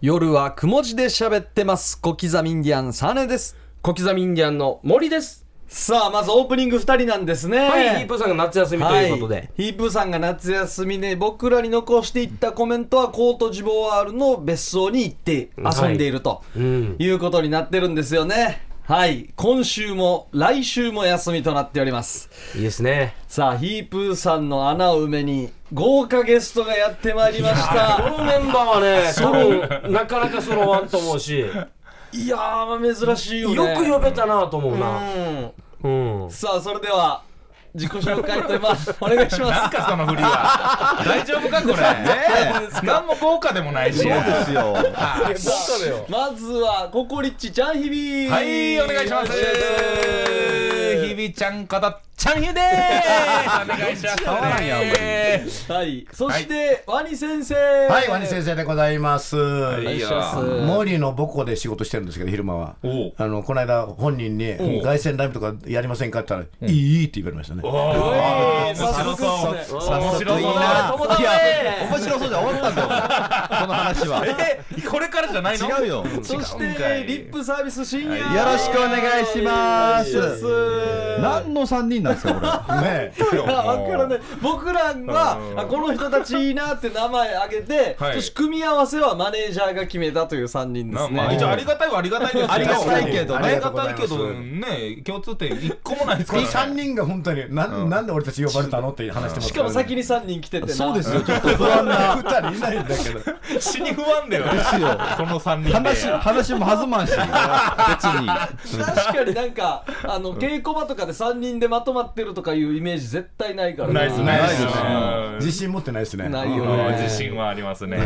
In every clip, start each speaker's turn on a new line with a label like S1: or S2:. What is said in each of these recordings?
S1: 夜はくも字で喋ってます。小刻みインディアン、サネです。
S2: 小刻みインディアンの森です。
S1: さあ、まずオープニング2人なんですね。
S2: はい、ヒープーさんが夏休みということ
S1: はい
S2: で。
S1: ヒープーさんが夏休みで僕らに残していったコメントはコートジボワールの別荘に行って遊んでいると
S2: うん。
S1: いうことになってるんですよね。はい、今週も来週も休みとなっております。
S2: いいですね。
S1: さあ、ヒープーさんの穴を埋めに豪華ゲストがやってまいりまし
S2: こ
S1: た。
S2: のメンバーは ね、多分なかなか揃わんと思うし、よ
S1: いやー、珍しいよね。
S2: く呼べたなと思うな。
S1: うん
S2: うん。
S1: さあそれでは自己紹介とまあ お願いしま
S3: なんすかその振り は大丈夫かこれね何も豪華でもないしそうですよは
S2: どうしたのよ
S1: す。まずはココリッチちゃんひび
S3: いお願いします
S1: よろく
S3: ひびちゃんことちゃんゆでーすお願いしますね
S1: はいそして、ワニ先生
S4: はい、ワニ先
S1: 生
S4: 生でございます。
S1: お願いします
S4: モーリーの母校で仕事してるんですけど、昼間は。
S3: おう
S4: あの、この間、本人に、凱旋ライブとかやりませんかって言ったら、いいって言われましたね。
S3: お
S1: おい
S3: ー
S1: 早速っすね
S3: 楽しそう面白そう
S4: いいな
S2: 友達
S5: 面白そうじゃ終わったんだよこの話は
S3: えこれからじゃないの
S5: 違うよ
S1: そして
S3: 違うんかい
S1: リップサービス深夜
S5: よろしくお願いします
S1: お願いします
S5: 何の3人なんですかこれ
S4: ねえ
S1: わからない僕ら
S3: う
S1: は
S3: ん
S1: あこの人たちいいなって名前あげて、
S3: はい
S1: そして組み合わせはマネージャーが決めたという3人で
S3: ますあ
S1: ね、
S3: まあ一応ありがたいはありがたいですよ
S5: ありがたいけどね
S3: ありがたいけどね共通点一個もないですからね
S4: 3人が本当に、な
S3: うん
S4: んなんで俺たち呼ばれたのって話してます
S1: しかも先
S4: に。
S1: に3人来ててな
S5: そうですよちょっと不安な
S4: 2人いないんだけど。
S3: 死に不安だよ
S5: ですよ
S3: この3人で
S5: 話話も弾まんし別に
S1: 確かになんかあの稽古場とかで3人でまとまってるとかいうイメージ絶対ないから
S3: ないっすね
S4: ない
S3: っ
S4: ですね
S3: うん。
S4: 自信持ってないですね。
S1: ないよ
S3: うん
S1: ね
S3: 自信はありますね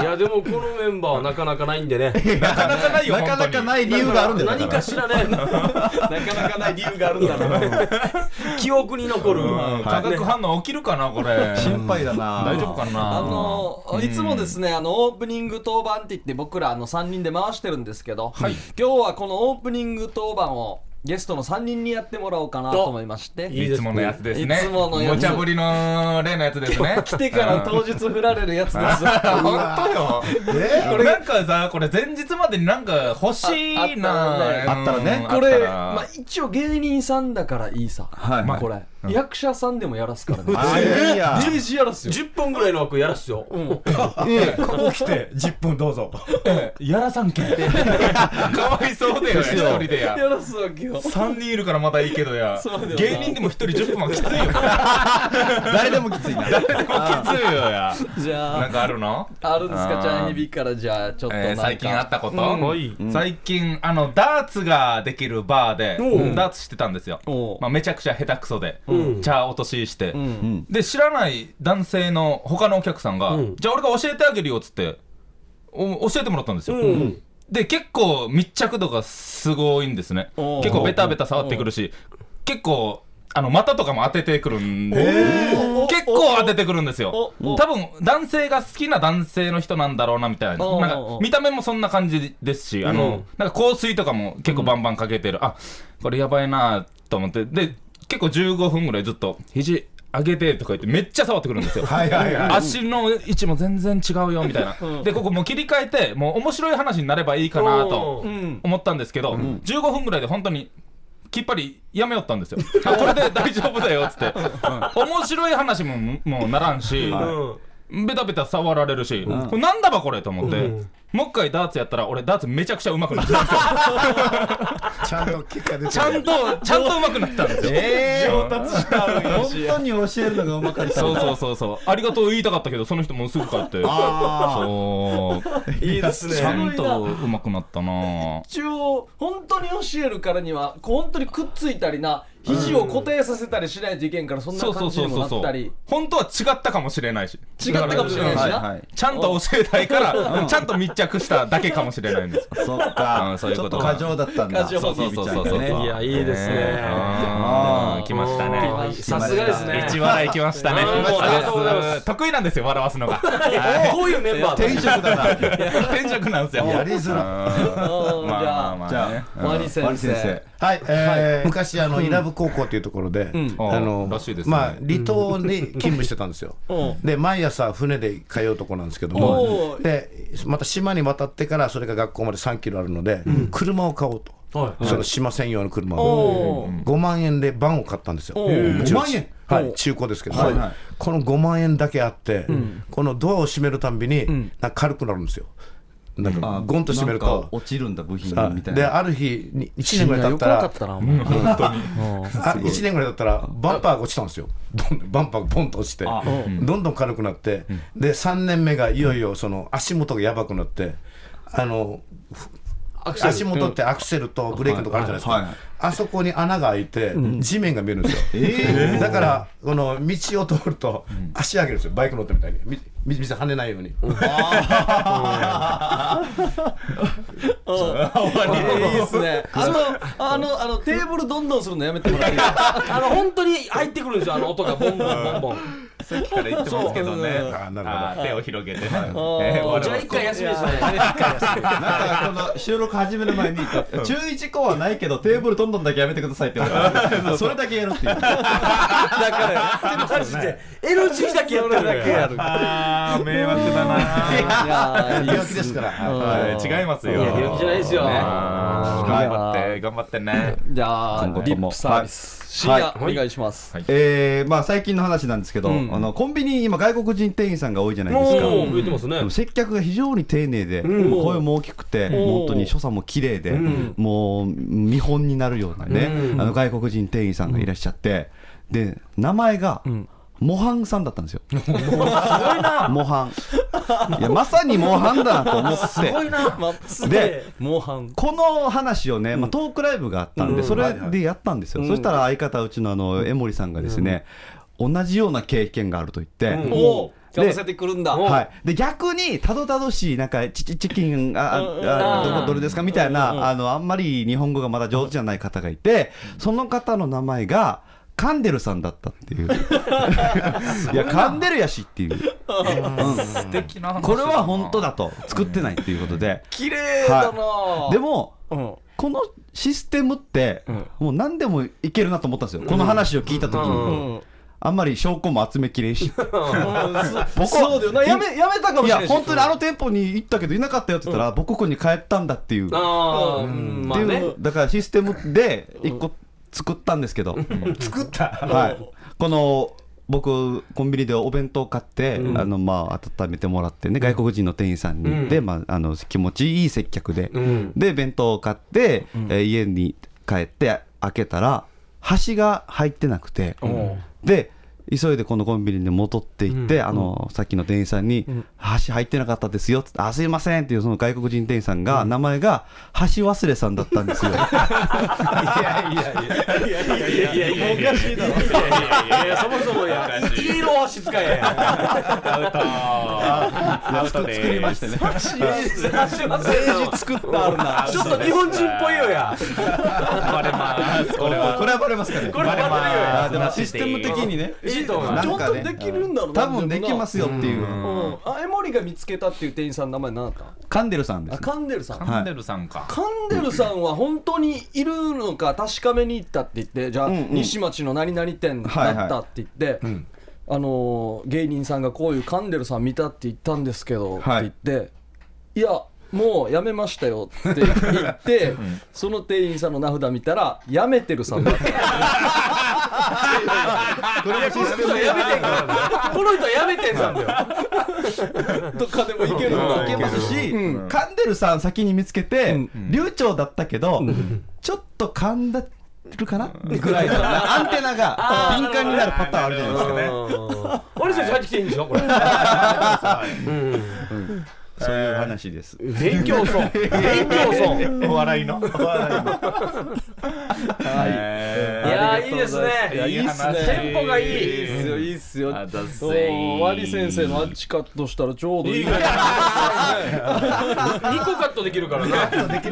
S2: いや、でもこのメンバーはなかなかないんでね。
S3: なかなかないよ
S5: なかなか
S3: い
S5: ない理由があるんだよ
S2: 何かしらね、
S1: なかなかない理由があるんだろう
S2: 記憶に残る。
S3: 化学反応起きるかなこれ
S5: 心配だな
S3: 大丈夫かな
S1: あのいつもですねあのオープニング当番って言って僕らあの3人で回してるんですけど、今日はこのオープニング当番をゲストの3人にやってもらおうかなと思いまして
S2: いいですね
S3: つものやつですね
S1: いつものやつ
S3: 無茶ぶりの例のやつですね
S1: 来てから当日振られるや つです
S3: 本当よ
S4: え
S3: これなんかさこれ前日までになんか欲しいな
S1: あ
S5: あったらね
S3: うん
S1: これ、
S3: あっ
S1: まあ、一応芸人さんだからいいさ、
S5: はい
S1: これ、役者さんでもやらす からね
S5: あいいや
S1: デージやらすよ
S2: 10分ぐらいの枠やらっすよ。
S5: ええ
S4: 起きて、10分どうぞ。
S3: やらさんけかわいそうだよね
S5: です
S3: 一
S5: よ
S3: 人でや
S1: やらすわけよ
S3: 3人いるからまだいいけどや
S1: そうだよな
S3: 芸人でも1人10分は きついよ
S5: 誰でもきついな
S3: でもきついよや
S1: じゃ
S3: なん
S1: あ
S3: かあるの
S1: あるんです
S3: あ
S1: か
S3: ー
S1: ちゃんひびからじゃあちょっとなんか、
S3: えー最近あったこと、
S2: はい。
S3: 最近あのダーツができるバーで
S2: おう
S3: ダーツしてたんですよ
S1: おう、
S3: まあ、めちゃくちゃ下手くそで、
S2: うん
S3: 茶落としして、
S1: うん
S3: で知らない男性の他のお客さんが、
S2: うん
S3: じゃあ俺が教えてあげるよっつってお教えてもらったんですよ、
S2: うん。
S3: で結構密着度がすごいんですね
S1: おう
S3: 結構ベタベタ触ってくるし結構あの股とかも当ててくるんで
S1: お
S3: 結構当ててくるんです
S1: お
S3: よ
S1: お
S3: 多分男性が好きな男性の人なんだろうなみたいな
S1: お
S3: なん
S1: お
S3: か
S1: お
S3: 見た目もそんな感じですしあ
S2: うん
S3: のなんか香水とかも結構バンバンかけてるあこれやばいなと思ってで結構15分ぐらいずっと肘上げてとか言ってめっちゃ触ってくるん ですよ
S4: はいはいはい。
S3: 足の位置も全然違うよみたいな、
S1: うん
S3: でここもう切り替えてもう面白い話になればいいかなと
S1: うん
S3: 思ったんですけど、15分ぐらいで本当にきっぱりやめよったんですよあこれで大丈夫だよっつって、面白い話ももうならんし、ベタベタ触られるし、これなんだばこれと思って、
S2: うん
S3: もう一回ダーツやったら俺ダーツめちゃくちゃうまくなってたんですよ
S4: ちゃんと結果出てる
S3: ちゃんとちゃんとうまくなってたんですよ
S5: ええ
S3: 上
S5: 本当に教えるのがうまかった
S3: そうそうそうそうありがとう言いたかったけどその人もうすぐ帰って
S5: あ
S3: そう
S2: いいです
S3: ちゃ
S2: ね。
S3: んと上手くなったなぁ。
S1: 一応本当に教えるからにはこう本当にくっついたりな肘を固定させたりしないといけんからそんな
S3: そうそ
S1: 感
S3: う
S1: じ
S3: そ
S1: に
S3: う
S1: も
S3: そ
S1: な
S3: う
S1: ったり
S3: 本当は違ったかもしれないし
S1: 違ったかもしれないし
S5: あ
S1: な、
S5: はいはい
S3: ちゃんと教えたいからちゃんと密着しただけかもしれないんです
S5: そっ
S3: う
S5: か
S3: んそういう
S5: ちょ
S3: こ
S5: っ
S3: と
S5: と過剰だったんだ
S1: 過剰
S3: そうそうそうそうそう
S5: ね
S2: いや、いいです
S3: ね
S2: ね。
S3: あー来ました
S2: あ
S3: ね
S2: ーさすがですね。
S3: 一笑いきましたね
S2: うんもうありがとうございます
S3: 得意なんですよ笑わすのが
S2: こういうメンバーだ
S5: 転職だな
S3: 転職なんですよ
S5: やりづ
S3: ら
S5: ら
S1: うんじゃあ
S3: まあ
S5: じゃ
S1: ワニ先生
S5: ワニ先生
S4: はい、えー昔あの、伊良部高校っていうところで、
S1: ん
S4: あの
S3: らしいですね
S4: まあ離島に勤務してたんですよ。
S1: う
S4: で毎朝船で通うとこなんですけど
S1: お
S4: も、
S1: ー
S4: でまた島に渡ってからそれが学校まで3キロあるので、車を買おうと。
S2: はい
S4: その島専用の車
S1: お
S4: を
S1: ー
S4: 5万円でバンを買ったんですよ。
S1: おー
S4: うちの
S5: 5万円
S4: はい、中古ですけど、
S5: はいはい
S4: この5万円だけあって、このドアを閉めるたんびに、なんか軽くなるんですよ。なんかゴンと閉める
S5: なんか
S4: と。
S5: 落ちるんだ部品
S4: あ
S5: みたい
S4: で
S5: な
S4: ある日に1年ぐらい経ったら
S1: たなお前
S4: あ1年ぐらい経ったらバンパーが落ちたんですよどんバンパーがポンと落ちてどんどん軽くなってで3年目がいよいよその足元がやばくなってあの足元ってアクセルとブレーキのとこあるじゃないです
S5: はいはい
S4: かあそこに穴が開いて地面が見えるんですよだからこの道を通ると足上げるんですよバイク乗ったみたいにみみ水跳ねないように
S1: いいっすねあのあのあのテーブルどんどんするのやめてもらっていい
S2: あの本当に入ってくるんですよあの音がボンボンボンボン
S3: さっきから言ってますけどね
S1: そう
S4: あなるほど
S3: あー手を広げてね
S1: ー
S3: 我々
S2: じゃあ一回休みですね
S5: なんかこの収録始める 前に注意事項はないけどテーブルどんどんだけやめてくださいって言われた それだけやるっていう
S2: だからマジで NG だけやってるだけやる
S3: あー迷惑だな
S1: や
S4: 病気ですから
S3: はい違いますよ
S2: いや病気じゃないですよ
S3: ね頑張って頑張ってね
S1: じゃあ
S5: 今後
S1: リ
S5: とも
S1: ップサービス深
S5: はい
S1: 夜お願いします
S5: えーまあ最近の話なんですけど、
S1: うん
S5: あのコンビニ今外国人店員さんが多いじゃないですか
S2: もう増えてますね
S5: でも接客が非常に丁寧で、
S2: ん
S5: 声も大きくて、
S1: ん
S5: 本当に所作も綺麗で、もう見本になるようなね、
S2: うん
S5: あの外国人店員さんがいらっしゃって、で名前が、モハンさんだったんで すよ。モハン。いや、まさにモハンだなと思って。
S1: まあすげえモンハン
S5: この話をね、まあ、トークライブがあったんで、それでやったんですよ、そしたら相方、うちのあの江森さんがですね、同じような経験があると言って、
S2: うん
S1: おお
S5: で
S1: 寄せてくるんだ
S5: はい、で逆にたどたどしい、なんか、チチチキン、あ
S1: うん
S5: ああ
S1: うん
S5: どこどれですかみたいな、あのあんまり日本語がまだ上手じゃない方がいて、その方の名前が、カンデルさんだったっていう、いや、カンデルやしっていう、
S3: 素敵な話
S5: これは本当だと、作ってないっていうことで、
S1: 綺麗だな
S5: で
S1: も
S5: も、このシステムって、もう何でもいけるなと思ったんですよ、この話を聞いたときに、
S1: うん
S5: あんまり証拠も集めきれ んし、僕は
S1: そうだよなやめやめたかも
S5: い
S1: しれな
S5: や、
S1: いし
S5: 本 当にあの店舗に行ったけど、いなかったよって言ったら、母国に帰ったんだっていう、っ
S2: ああうんま
S5: て
S2: あ
S5: いう
S2: ね
S5: のだからシステムで一個作ったんですけど、
S4: 作った
S5: はい、この僕、コンビニでお弁当買って、あのまあ、温めてもらってね、外国人の店員さんに、
S2: うん
S5: で、まあ、あの気持ちいい接客で。
S2: うん
S5: で弁当を買って、えー家に帰って開けたら端が入ってなくて、で急いでこのコンビニに戻っていって、あのさっきの店員さんに「箸入ってなかったですよ」っつって「あすいません」っていうその外国人店員さんが、名前が箸忘れさんだったんですよ
S2: いやいやいやいやおかしいだろいやいやいやいやそもそもやイエローはしつかえ
S3: アウトでーす
S5: 作りましてね
S2: 政治作ったあるな ちょっと日本人っぽいよや
S3: バレますこれは
S5: これはバレますかね
S2: これバレるよ
S5: あー
S2: や
S5: でもシステム的にね
S2: いいと思う
S5: な
S1: 本
S5: んか
S1: 当に
S5: ね
S1: できるんだろうな
S5: 多分できますよっていう、
S1: うんあエモリが見つけたっていう店員さんの名前何だっ
S5: カンデルさんで
S1: たあ
S5: す、
S1: カンデルさん
S3: カンデルさんか
S1: カンデルさんは本当にいるのか確かめに行ったって言ってじゃあ
S5: うんうん
S1: 西町の何々店だったって言ってあのー芸人さんがこういうカンデルさん見たって言ったんですけどって
S5: はい
S1: 言っていやもうやめましたよって言ってその店員さんの名札見たらやめてるさんだった
S2: この人はやめてんからこの人はやめてんさんだよ
S1: とかでもいけるん
S5: い
S1: だ
S5: けますし、カンデルさん先に見つけて、流暢だったけど、ちょっと噛んだるかなってぐらいのアンテナが敏感になるパターンあるじゃないですか。
S2: 俺先生入ってきていいんでしょこれ
S5: そういう話です。
S2: 勉強損勉強損
S3: お笑いのお笑いの
S2: いや
S3: は
S2: ーいいです
S3: いや
S2: ね
S3: いいっすね
S2: テンポがい
S1: いい
S2: い
S1: っすよいいっすよ
S3: あだせー
S1: おワリ先生のあっちカットしたらちょうどいいぐらい
S2: 2個カットできるからね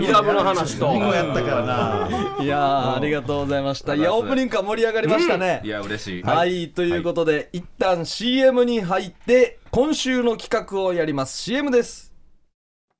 S2: イラブの話と
S4: こうやったからない
S1: やーありがとうございましたいや
S3: あり
S1: オ
S3: が
S1: ー
S3: とうご
S1: プ
S3: ざ
S1: ニングから盛り上がりましたね、
S3: いや嬉しい
S1: はい、
S3: い
S1: ということで、一旦 CM に入って今週の企画をやります CM です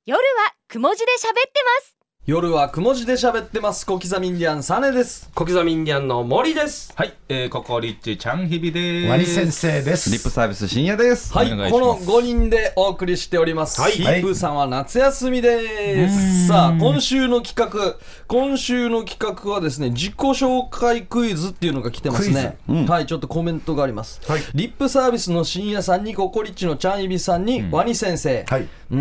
S6: 夜はくも字で喋ってます
S1: 夜はくも字で喋ってます小刻みインディアンサネです
S2: 小刻みインディアンの森です
S3: はい、えー、ココリッチちゃんひびでーす。
S4: ワニ先生です
S5: リップサービス深夜です。
S1: はい
S3: お願いし
S1: この
S3: ます
S1: 5人でお送りしております、
S2: はい
S1: ヒープーさんは夏休みですさあ今週の企画今週の企画はですね自己紹介クイズっていうのが来てますね、はいちょっとコメントがあります、リップサービスの深夜さんにココリッチのちゃんいびさんに、ワニ先生、
S4: はいう
S1: ー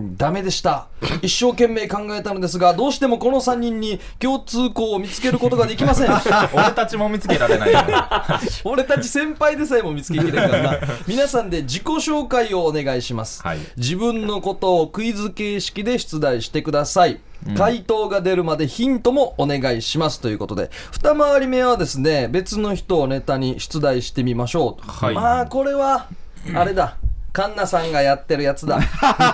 S1: んダメでした一生懸命考えたのですがどうしてもこの3人に共通項を見つけることができません
S3: 俺たちも見つけられないよ。
S1: 俺たち先輩でさえも見つけきれんから な皆さんで自己紹介をお願いします、
S3: はい
S1: 自分のことをクイズ形式で出題してください、回答が出るまでヒントもお願いしますということで二回り目はですね別の人をネタに出題してみましょう、
S3: はい
S1: まあこれはあれだカンナさんがやってるやつ だ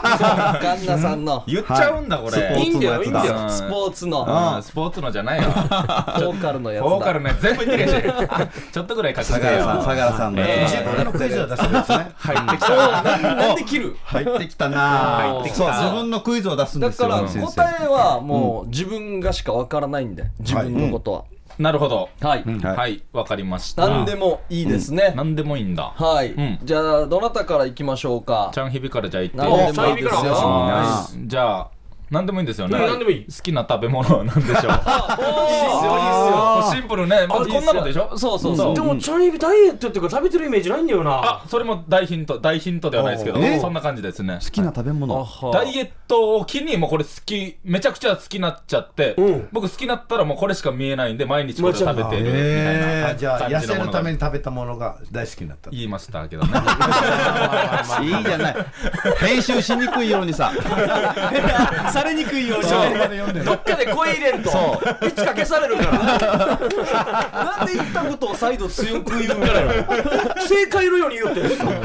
S1: カンナさんの
S3: 言っちゃうんだ、これ。
S5: スポ
S2: い
S5: ーツのやつだ
S2: いんだよいいんだ
S3: うん
S1: スポーツの
S3: うん
S1: ボ
S3: スポーツのじゃないよ。
S1: ーカルのやつだ
S3: ボーカルのやつ全部言ってるやし。ちょっとぐらい隠せ
S5: 相良さん、
S3: よ。
S5: 相良さんのやつ
S4: 自分のクイズを出せるやつね
S3: 入ってきた。
S1: なんで切る
S5: 入ってきたなぁ
S2: 入ってき
S5: そう
S2: た
S5: 自分のクイズを出すん
S1: だ
S5: です
S1: か
S5: よ
S1: ら
S5: 先生
S1: 答えはもう自分がしかわからないんで自分のことは
S3: なるほど。
S1: はい、
S5: はい
S3: はい、わかりました。
S1: 何でもいいですね、
S3: 何でもいいんだ。
S1: はい、
S3: うん
S1: じゃあどなたからいきましょうか
S3: ちゃんひびからじゃあ言って
S1: 何でもいいです
S2: おちゃんひびから
S1: よ
S3: あーじゃあ、何でもいいんですよね。
S2: うん何でもいい
S3: 好きな食べ物は何でしょう。もうシンプルね。まずこんなのでしょ
S1: そうそうそう
S2: でもチャンイビダイエットっていうか食べてるイメージないんだよな
S3: あ、それも大ヒント、大ヒントではないですけど
S5: おー、
S3: そんな感じですね。
S5: 好きな食べ物
S3: ダイエットを機にもうこれ好きめちゃくちゃ好きになっちゃって、
S2: うん
S3: 僕好きになったらもうこれしか見えないんで毎日これ食べてるみたい
S4: え
S3: な
S4: ーじゃあ
S3: 感
S4: 痩
S3: じ
S4: せ
S3: のも
S4: る
S3: の
S4: た
S3: が
S4: めに食べたものが大好きになった
S3: 言いましたけどね
S5: いいじゃない編集しにくいようにさ
S1: されにくいように
S2: どっかで声入れんといつか消されるか
S1: なんで言ったことを再度強く言うからよ
S2: ら 正解のように言ってる
S4: いるんですよ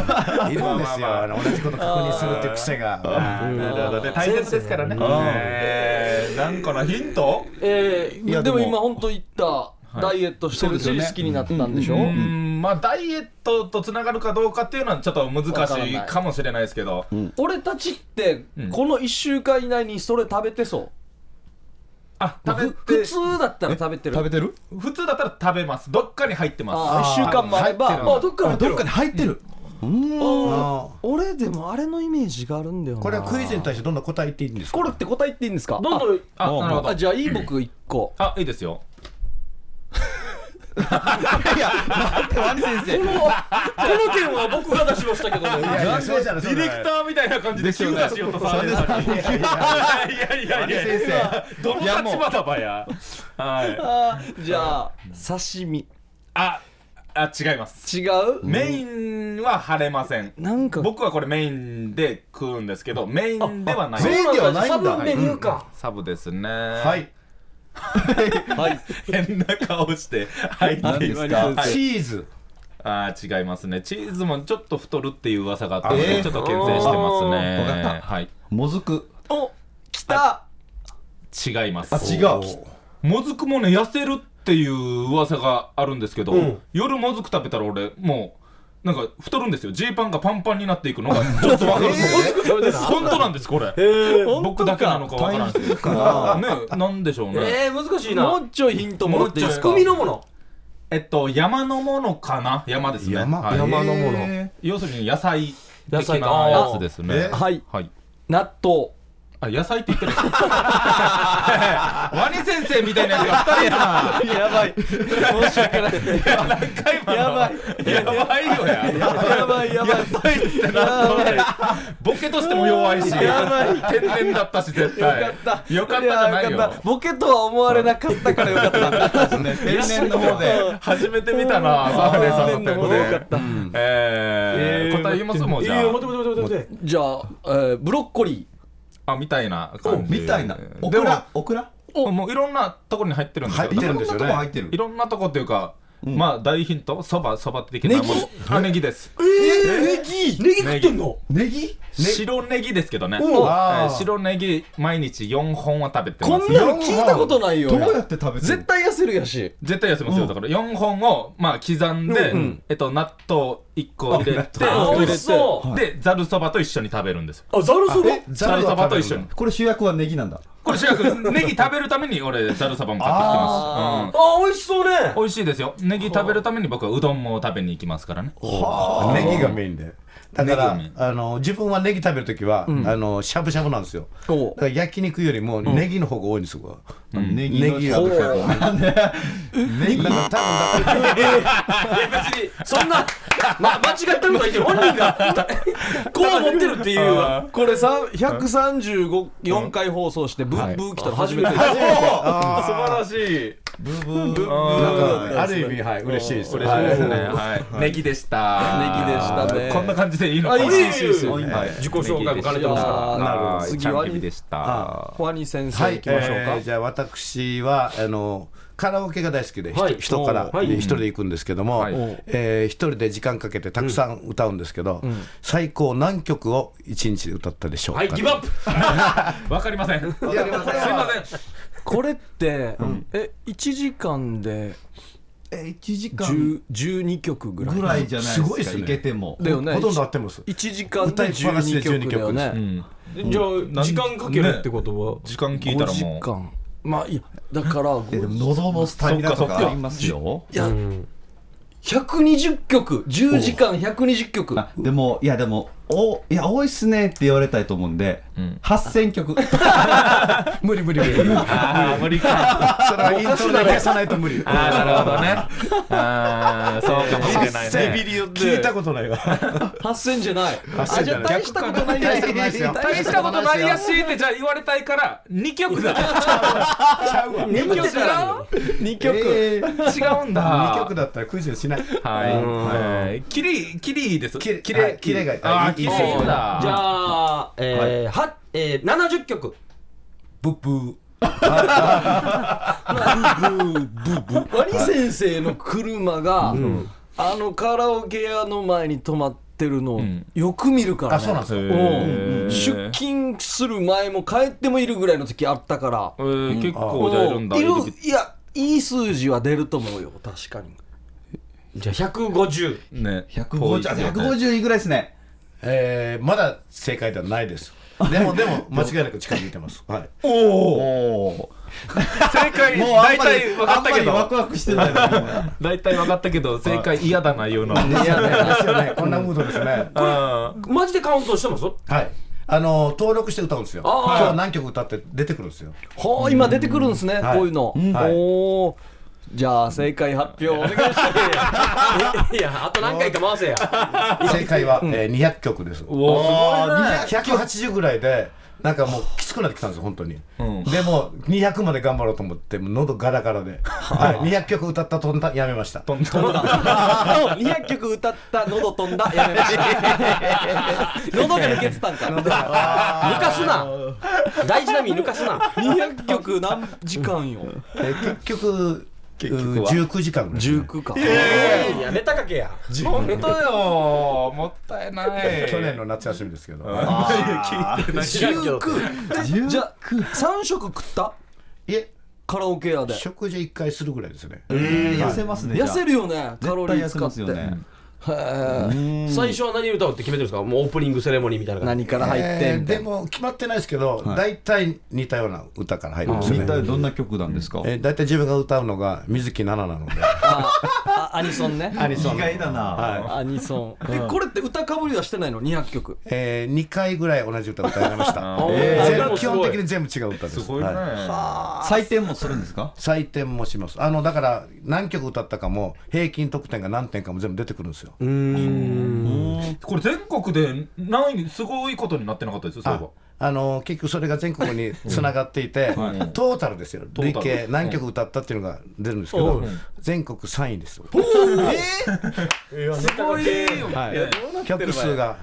S4: あの同じこと確認するって癖が
S3: なるほどね大切ですからね、えー、なんかのヒント
S1: えー
S5: いや
S1: でも
S5: でも
S1: 今本当言ったダイエットしてるし、
S5: そうですよね
S1: 好きになったんでしょ、
S3: うーんまあダイエットとつながるかどうかっていうのはちょっと難しいかもしれないですけど
S1: 俺たちって
S3: うん
S1: この1週間以内にそれ食べてそう
S3: あ
S1: ふ
S3: 食べ
S1: 普
S3: て
S1: 通だったら食べてる
S5: 食べてる
S3: 普通だったら食べますどっかに入ってま
S1: あ1週間もあれば
S3: 入ってる
S1: あどっから
S5: どっかに入ってる
S4: あー
S1: 俺でもあれのイメージがあるんだよな
S4: これはクイズに対してどんどん答えていいんですか
S1: これって答えっていいんですか
S2: どんどん
S3: すあなるほど
S1: あじゃあいい僕1個
S3: あいいですよ
S5: ワニ 先生
S2: この件は僕が出しましたけどね
S4: いやいやそうじゃない
S3: デ
S4: そ
S3: ィレ
S4: うじゃない
S3: クターみたいな感じで急出しようとされるのにいやいやいやいや
S5: 先生
S3: どの立場だばや。はい。
S1: あーじゃあ刺身
S3: あ、あ違います。
S1: 違う
S3: メインは貼れません。
S1: なんか
S3: 僕はこれメインで食うんですけど、メインではない。
S4: メインではないんだ
S2: サブメニューか
S3: サブですね。は
S4: は。い
S1: はい
S3: 変な顔して入っていま
S1: 何
S3: す
S1: ですか
S3: はい
S4: チーズ
S3: あー違いますね。チーズもちょっと太るっていう噂があっ
S4: あ
S3: て、
S4: えー
S3: ちょっと牽制してますね。
S5: わかっ
S3: はい。
S5: もずく
S1: お来た
S3: 違います。
S5: う
S3: もずくもね痩せるっていう噂があるんですけど、
S2: うん
S3: 夜もずく食べたら俺もうなんか太るんですよジーパンがパンパンになっていく のがちょっとわかるんですよ、 本当なんですこれ、僕だけなのかわからないですけどねなんでしょうね、
S2: えー、難しい
S1: も
S2: な
S1: うちょいヒントもらっていいですか
S3: もう
S2: 海のもの
S3: えっと山のものかな山ですね
S4: 山
S3: はい
S2: 山のもの
S4: え
S3: 要するに野菜
S2: 野
S3: 的
S2: 菜か
S3: なやつですね、
S4: え
S1: はい
S3: はい
S1: 納豆
S3: あ野菜って言ってる ワニ先生みたいなやつが2人や な
S1: やばい申し訳ない
S3: やばいやばいよや
S1: やばいやばい
S3: やばいってなった俺ボケとしても弱いし
S1: やばい
S3: 天然だったし絶対
S1: よかった
S3: よかったじゃない
S1: いやよ
S3: よ
S1: かったボケとは思われなかったから よかった
S5: 天然の方で
S3: 初めて見たなサーレさんの
S1: 天然の
S3: とこ
S1: 方
S3: で
S1: がよかった
S3: えー答え言いますもん
S2: い
S3: じ
S2: や
S3: ゃ
S2: いや待って待って待って待って
S1: じゃあえーブロッコリ
S3: ああみたいな感じ
S5: みたいなオ
S3: で
S5: ク
S3: も
S5: ラオクラ
S3: もういろんなところに入ってるんですよ
S4: 入ってるんですよ
S5: こんなとこ入
S4: ね
S5: ってる
S3: いろんなとこっていうかまあ大ヒントそばそば的なものあネギです
S2: えー、ネギネギ食ってんの
S5: ネギ
S3: 白ネギですけどね
S4: おう
S3: えー
S4: あー
S3: 白ネギ毎日4本は食べて
S1: ーこ
S3: ま
S1: ん
S3: す
S1: なの聞いたことないよ
S5: どうやって食べてる
S1: 絶対痩せるやし
S3: 絶対痩せますよ、だから4本をまあ刻んで、えっと、納豆1個入れて
S2: あ
S3: 入
S2: 美
S3: れ
S2: 味しそう
S3: てでざるそばと一緒に食べるんですよ
S2: あザルそば
S5: え
S3: ざるそばと一緒に
S5: これ主役はネギなんだ
S3: これれ 主役ネギ食べるために俺ざるそばも買ってきてます、うん
S2: あ美味しそうね
S3: 美味しいですよネギ食べるために僕はうどんも食べに行きますからね
S4: ネギがメインで。だか
S3: ネ
S4: ら
S3: ギ
S4: あの自分はネギ食べるときは、あのしゃぶしゃぶなんですよ。
S1: お
S4: だから焼肉よりもネギの方が多いんですよ。
S5: ネギ
S4: ネギが多いから。ネギなんか多分だから
S2: いや別にそんな、ま、間違ったことは言ってる本人がこう思ってるっていうわ
S1: これさ134回放送してブーブー来たの初めてです
S3: 素晴らしい
S4: ブーブーブーブ
S3: う
S4: ー
S3: ん
S4: なんかある意味はい嬉しいです。
S3: 嬉しいですね
S4: は
S3: はいネギでした
S1: ネギでしたね
S3: こんな感じでいいの
S1: あいいですすいいです
S3: はいはい
S2: 自己紹介も兼ねて
S1: まから
S2: ますすか
S1: あーなるほど
S3: はい
S1: 次
S3: ちゃ
S1: は
S3: んきびでした
S1: ファニー先生
S4: はい
S1: 行きましょうか、
S4: えーじゃあ私はあのカラオケが大好きで、ひと
S2: はい
S4: 人から、
S2: おーはい
S4: 一人で行くんですけども、
S3: はい
S4: えー一人で時間かけてたくさん歌うんですけど、最高何曲を一日で歌ったでしょうか、
S2: はいギブアップ
S3: わかりませんすいま
S4: やこれは
S3: せん
S1: これって、え1時間で
S5: え1時
S1: 10 12曲ぐらい
S5: ぐらいじゃない
S4: す
S5: で
S4: ごいですす
S5: か
S4: ね
S5: いけても
S1: だよね
S4: ほとんど合ってます
S1: 1時間
S4: 歌
S1: で
S4: いっぱなしで
S1: 12
S4: 12
S1: 曲だよね、
S2: じゃ
S3: な
S2: あ
S3: ん
S2: 時間かけるってことは、
S3: 時間聞いた
S1: 5
S3: ら
S1: 時
S3: もう
S1: 間まあいやだから
S5: えでも喉のスタミナとかありますよ
S1: いや120曲10時間120曲
S5: あでもいやでもおいや多いっすねって言われたいと思うんで、
S3: ん
S5: 8000曲
S1: 無理無理無理
S3: あー無理か
S4: それはイントロで消さないと無理
S3: あーなるほどねああそうかもしれない
S4: セ
S3: ね
S4: ビリオって聞いたことないわ
S1: 8000じゃないあ
S4: 8000
S1: じ
S4: じ
S1: ゃ
S4: ゃ
S1: あ
S4: ない
S1: 大したことないや
S4: 大
S1: つ
S4: したことないですよ
S3: 大したことないやしいってじゃあ言われたいから2曲だ2曲だ
S1: 2曲、
S4: えー
S3: 違うんだ
S4: 二曲だったらクイズにしない
S3: はいはいキリキリです
S4: キレ
S3: キ
S4: はいキレが
S3: あ
S4: あ
S3: ー
S4: いい
S3: キレいいんだ
S2: じゃあ、えーはえー、70曲
S4: ブッブ
S1: ワニ先生の車が、あのカラオケ屋の前に止まってるのを
S3: ん
S1: よく見るからね、
S4: あそうなんですよ
S1: う
S3: へー
S1: 出勤する前も帰ってもいるぐらいの時あったから、
S3: えー結構じゃあいるんだ
S1: いる
S3: 入り口
S1: いやいい数字は出ると思うよ確かに
S2: じゃあ150
S3: ね遠いですよね
S5: 150位ぐらいですね
S4: えーまだ正解ではないですでもでも間違いなく近づいてますはい
S3: 正解
S5: もうあん
S3: 大
S5: まり
S3: 体分かった
S5: あ
S3: け
S5: んまりワ
S3: ど
S5: クワクしてないのに
S3: 大体分かったけど正解嫌だな言うの
S4: ですよね。ですよね。こんなムードですね。
S3: あ
S2: マジでカウントしてます
S4: はい。あの登録して歌うんですよ。
S2: あー
S4: 今日何曲歌って出てくるんですよ。
S1: ほう今出てくるんですね、
S4: はい
S1: こういうの、
S4: はい
S1: おーじゃあ正解発表お願いし ます
S2: いやあと何回か回せや
S4: 正解は、えー200曲です。
S3: おー
S4: 180ぐらいで。なんかもうきつくなってきたんですよ本当に、でも200まで頑張ろうと思ってもう喉ガラガラで、はい、200曲歌ったとんだやめました
S3: 飛んだ
S1: 200曲歌った喉飛んだやめました 喉が抜けてたんか
S2: 抜かすな大事な身抜かすな
S1: 200曲何時間よ
S4: えー結局
S3: 局は
S4: 19時間ぐらいですね、
S1: 19か
S2: いやネタかけや
S3: 本当よもったいない
S4: 去年の夏休みですけど
S1: 19じゃあ3食食った
S4: いえ
S1: カラオケ屋で
S4: 食事1回するぐらいですね、
S5: 痩せますねじゃあ
S1: 痩せるよねカロ
S5: 絶
S1: リー
S5: 対痩せ
S1: 使
S5: ま
S1: っ
S5: す
S1: て
S5: よね
S2: 最初は何歌うって決めてるんですかもうオープニングセレモニーみたいな感じ
S1: 何から入って
S4: えー
S1: みた
S4: で
S1: いな
S4: も決まってないですけど、大体似たような歌から入るんですよね
S5: 一体どんな曲なんですか
S4: えー、大体自分が歌うのが水木奈々なので
S1: ああアニソンね
S4: リソン
S5: だな
S4: は
S1: アニソンでこれって歌かぶりはしてないの200曲
S4: いえー、2回ぐらい同じ歌歌い ました、
S2: ー
S4: え
S2: で
S4: ー全
S2: も
S4: 部
S2: す
S4: 基
S2: ごい
S4: 本的に全部違う歌です
S3: すごいね
S4: はい、
S5: 採点もするんですか
S4: 採点もしますあのだから何曲歌ったかも平均得点が何点かも全部出てくるんですよ
S3: これ全国で何位すごいことになってなかったですよそういえ
S4: あ
S3: ば
S4: あの結局それが全国につながっていて、
S3: はい
S4: トータルですよ
S3: ー
S4: 累
S3: タル
S4: 計何曲歌ったっていうのが出るんですけど、
S2: うん
S4: 全国3位です、
S2: すごい
S4: はい、曲数が、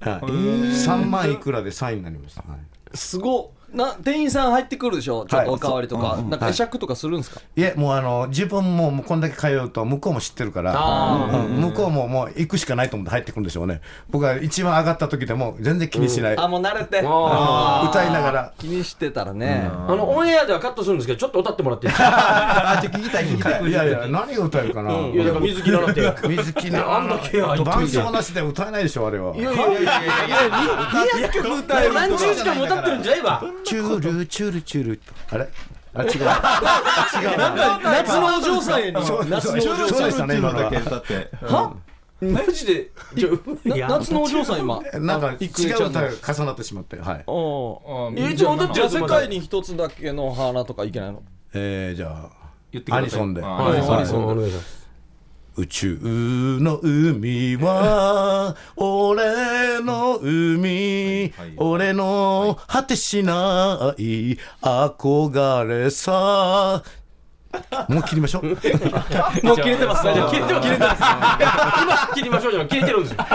S4: はい、3万いくらで3位になりました、はい
S1: すごっな店員さん入ってくるでしょちょっとおかわりとかなんか会釈とかするんですか
S4: いやもうあの自分ももうこんだけ通うと向こうも知ってるから、
S2: あ
S4: うん向こうももう行くしかないと思って入ってくるんでしょうね僕は一番上がった時でも全然気にしない、
S1: あもう慣れて
S2: あ
S4: 歌いながら
S1: 気にしてたらね
S2: あのオンエアではカットするんですけどちょっと歌ってもらっていいですか
S5: あちょ聞きたい聞きた
S4: いやいや何が歌えるかな、
S2: いやだから水木奈々って
S4: 水木
S2: あんだけは
S4: 伴奏なしで歌えないでしょあれは。
S1: いやいやいやいや200曲歌える
S2: 何十時間も歌ってるんじゃないわ
S4: チュールチュールチュールあれ あ違う違う
S1: なんか夏のお嬢さんやね
S4: そう
S1: 夏のお嬢
S4: そ
S1: さん
S4: うでしたね今のは
S5: だって
S1: は
S2: マジでちょいや
S1: な夏のお嬢さん今
S4: なんか違
S1: いくえ
S4: う
S1: ちゃん
S4: 歌
S1: の
S4: が重なってしまってはい
S1: おう
S3: あ
S2: えちょだって
S1: じゃあ世界に一つだけの花とかいけないの
S4: えーじゃ
S3: 言ってくださ
S4: あア
S3: い
S4: ニソンで
S3: あ
S4: はい
S2: はい
S4: アニ
S2: そ
S4: ソン
S2: うお
S4: で
S2: 願いします
S4: 宇宙の海は俺の海
S3: はいはい
S4: 俺の果てしない憧れさもう切りましょ う
S1: もう切れてます
S2: 大丈夫切れてます切れてます今切りましょうじゃなくて切れてるんですよ
S3: も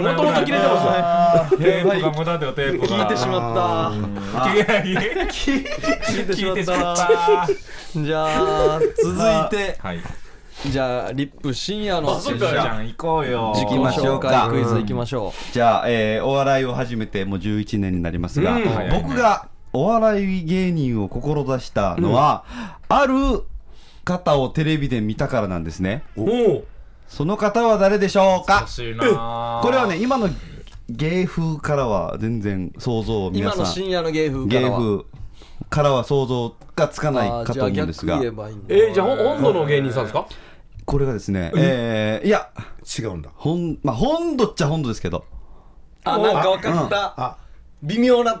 S2: もともと切れてますね
S3: すテープが無駄だよテープが
S1: 聞いてしまっ
S3: いやいや聞い
S1: た聞いてしま
S3: て
S1: っ
S3: しまった
S1: たじゃあ続いて
S3: はい
S1: じゃあリップ深夜の
S2: あそっ
S3: じ
S2: か
S3: ゃん行こうよ
S1: 自己紹介クイズいきましょ
S5: じゃあ、えーお笑いを始めてもう11年になりますが、
S2: うん
S3: はい
S5: 僕がお笑い芸人を志したのは、ある方をテレビで見たからなんですね
S2: おう
S5: その方は誰でしょうか
S3: 難しいなー
S5: これはね今の芸風からは全然想像を
S1: う
S5: 皆
S1: 今
S5: さ
S1: の
S5: ん
S1: 深夜の芸風か
S5: 芸
S1: らは
S5: 風からは想像がつかない
S1: あー
S5: かと思うんです
S1: じ
S5: が
S1: ゃあ逆言えばいいんだ
S2: えーじゃあほ本土の芸人さんですか
S5: これがですね、えーいや
S4: 違うんだ
S5: ほん、まあ、本土っちゃ本土ですけど
S1: あなんかわかった
S4: あ
S1: 微妙な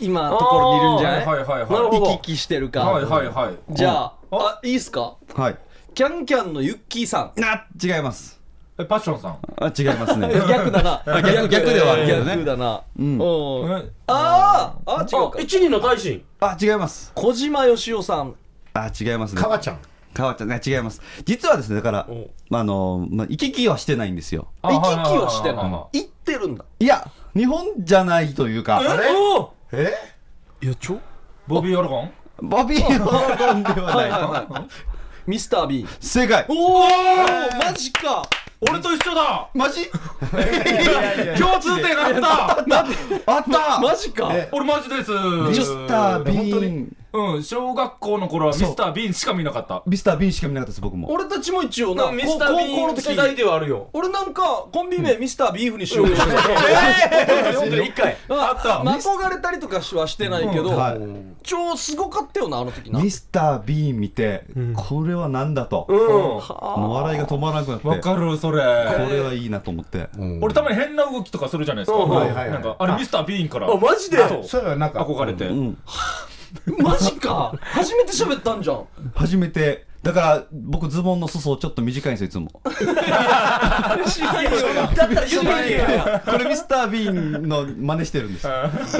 S1: 今ところにいるんじゃない
S3: はいはいはい
S2: なるほど
S1: 行き来してるか、
S3: はいはいはい
S1: じゃあ
S3: うん
S1: あいいっすか
S5: はい
S1: キャンキャンのユッキーさ
S5: な違います
S3: えパッションさん
S5: あ違いますね
S1: ん逆だな
S5: 逆逆ではあるけどね
S1: 逆だな
S5: うん
S1: うん
S3: え
S1: あーあ違うか
S2: あ一人の大臣
S5: あ違います
S1: 小島よしおさん
S5: あ違いますね
S4: 川ちゃん
S5: 変わっちゃうね違います実はですねだから
S2: お
S5: まああの、まあ、行き来はしてないんですよ
S1: 行き来はしてない
S3: あ
S1: 行
S3: は
S1: ってるんだ
S5: いや日本じゃないというか
S2: えおう
S4: え
S1: いやちょ
S3: ボビー・オルゴン
S5: ボビー・オルゴンでは
S1: は
S5: ないい、
S1: はいはいミスター B
S5: 正解
S1: おおマジか
S3: 俺と一緒だ
S5: マジ
S3: 共通点あった
S5: あった
S1: マジか
S4: え
S3: 俺マジです
S5: ミスター・ビ
S4: 本当
S5: ー
S4: に
S5: ン
S3: うん小学校の頃はミスター・ビーンしか見なかった
S5: ミスター・ビーンしか見なかったです僕も
S1: 俺たちも一応
S2: な
S1: なんこ
S2: か
S1: う
S2: ミ
S1: 高
S2: スター・ビ
S1: 校
S2: ー
S1: の
S2: ン
S1: 時
S2: 世代ではあるよ
S1: 俺なんかコンビ名ミスタービーフにしようとしてた
S2: 一回
S1: あ
S3: っ た
S1: まあ憧れたりとかはしてないけど、
S5: はい
S1: 超すごかったよなあの時な
S5: ミスター・ビーン見て、これは何だと、
S2: う
S5: も
S2: ん
S5: う笑いが止まらなくなって
S3: わ
S5: こ
S3: かるそれ
S5: れはいいなと思って、
S4: うん
S3: 俺たまに変な動きとかするじゃないですか
S2: うんはい
S4: はいはい
S3: なんかあれミスター・ビーンから
S2: あマジで
S3: そう
S4: それはなんか
S3: 憧れて
S5: うん、
S1: マジか初めて喋ったんじゃん
S5: 初めてだから僕ズボンの裾ちょっと短いんですよいつも
S1: いやいやだったら言うていいや
S5: これミスター・ビーンの真似してるんです
S1: い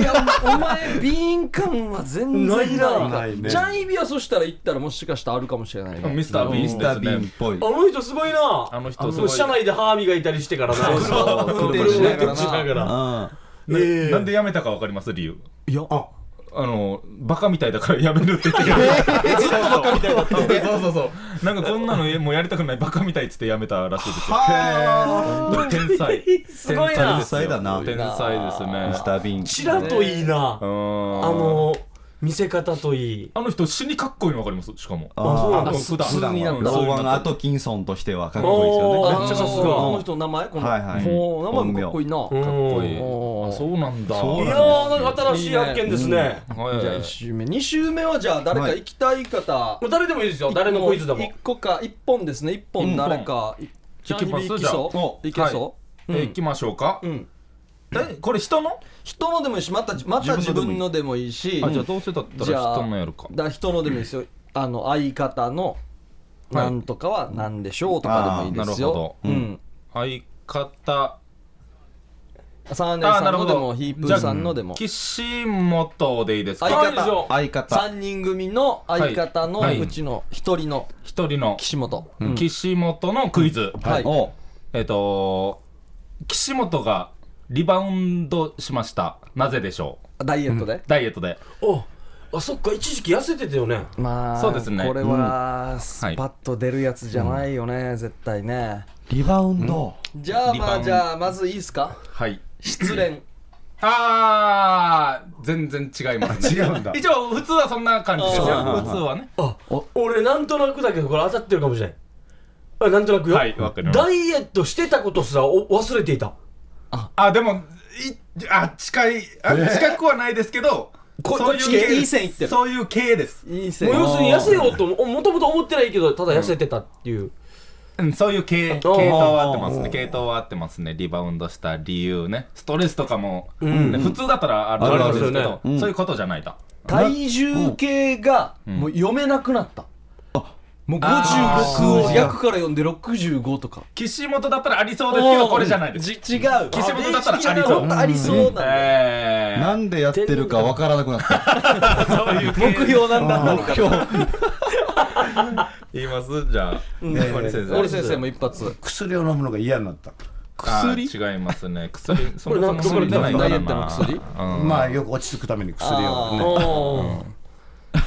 S1: やお前敏感は全然ない
S4: ないなないね
S1: ジャンイビはそしたら行ったらもしかしたらあるかもしれないね
S3: ミスター・ビーン
S5: ミ
S3: で
S5: ス
S3: す
S5: ター・ビーン
S3: ね
S5: っぽい
S2: あの人すごいな
S3: あの人す
S2: も
S3: ご
S2: う
S3: い
S2: 車内で歯磨いたりしてからな
S5: そう
S2: 運転
S5: 車
S2: 運
S5: 内
S2: 転しながら
S5: あ
S2: ええ
S3: なんで辞めたかわかります理由
S4: いやあ
S3: あのバカみたいだからやめるって言ってずっとバカみたいだった そうそうそうなんかこんなのえもうやりたくないバカみたいっつってやめたらしいですよ天才
S2: すごいな
S3: ですよ
S5: 天才だな
S3: 天才ですね
S5: ミスター・ビーン
S2: ちらといいなあ
S3: うん
S2: の見せ方といい
S3: あの人死にかっこいいのわかりますしかも
S5: あ
S2: そうなんだ
S3: あの普段
S1: 普通になんだ
S5: ロー
S3: 普
S5: ワ
S3: 段
S5: ン・ア
S3: は
S5: トキンソンとしてはかっこいいですよね
S2: おーめっちゃさす
S1: あの
S2: が
S1: この人の名前この、
S5: はいはい
S1: もう名前もかっこいいな、
S2: うん
S3: かっこいい
S1: おー
S3: あそうなんだ
S5: そ
S2: い
S5: うな
S2: や
S5: んだ
S2: ーなんか新しい発見ですね
S3: はい
S1: じゃあ1周目2周目はじゃあ誰か行きたい方、
S2: もう誰でもいいですよ誰のクイズでも
S1: 1個か1本ですね1本誰かジャニビいきそ
S3: お
S1: ういけそ
S3: えー行きましょうか
S1: ううん
S3: えこれ人の
S1: 人のでもいいしまたまた自分のでもいいし
S3: あじゃあどうせだった
S1: じゃ
S3: ら
S1: あ
S3: 人のやるか
S1: だ人のでもいいですよあの相方のなんとかは何でしょうとかでもいいですよ
S3: あーなる相方
S1: サンデ
S3: あ
S1: ー
S3: ー
S1: さ
S3: なん
S1: の
S3: るほ
S1: で
S3: ど
S1: もヒープーさんのでも
S3: 岸本でいいです
S1: 相方
S2: あい
S3: か
S2: いですよ
S5: 相方
S1: 3人組の相方の
S3: はいう
S1: ちの1人の
S3: 一人の
S1: 岸本うん
S3: 岸本のクイズ、
S1: はい
S5: を
S3: えっ、と岸本がリバウンドしましたなぜでしょう
S1: ダイエットで
S3: ダイエットで
S2: おあそっか一時期痩せてたよね
S1: まあ
S3: そうですね
S1: これはス
S3: はい
S1: パッと出るやつじゃないよね絶対ね
S5: リバウンド
S1: じゃあ
S3: リ
S1: ま
S3: バウ
S1: あ
S3: ン
S1: じゃあまずいいですか
S3: はい
S1: 失恋
S3: あー全然違います
S4: 違
S3: ね
S4: うんだ
S3: 一応普通はそんな感じですよ
S1: あ
S3: 普通はね
S2: あ俺なんとなくだけどこれ当たってるかもしれないあなんとなくよ
S3: はいわかります
S2: ダイエットしてたことすらお忘れていた
S3: あでもいあ近いあ近くはないですけど
S1: こ
S6: そう
S1: こ
S6: い
S1: っ
S6: う
S1: ち
S6: 系
S1: 系い
S6: で
S1: い
S6: す
S1: 線いってる
S6: そういう系です
S1: いい線
S2: もう要するに痩せようともともと思ってないけどただ痩せてたっていう、
S3: うんそういう系系統は合ってますね系統は合ってますねリバウンドした理由ねストレスとかも、ね普通だったらあるあるんですけ
S2: あるある
S3: ど、そういうことじゃないと、
S1: 体重計がもう読めなくなった、もう56を逆から読んで65とか
S3: 岸本だったらありそうですけどこれじゃないです、
S1: じ違う
S3: 岸本だったらありそう
S1: 違本当ありそうなんだ、
S3: えー
S5: なんでやってるかわからなくなった。
S1: 目標なんだ
S5: 目標。
S3: 言いますじゃあ、
S4: ね
S3: 森先生
S1: 森先生も一発
S4: 薬を飲むのが嫌になった。
S3: 薬違いますね 薬そもそ
S2: こ
S3: も
S2: れ
S3: 薬じゃないか
S1: どこでダ
S3: らな
S1: イエットの薬
S3: うん
S4: まあよく落ち着くために薬をね。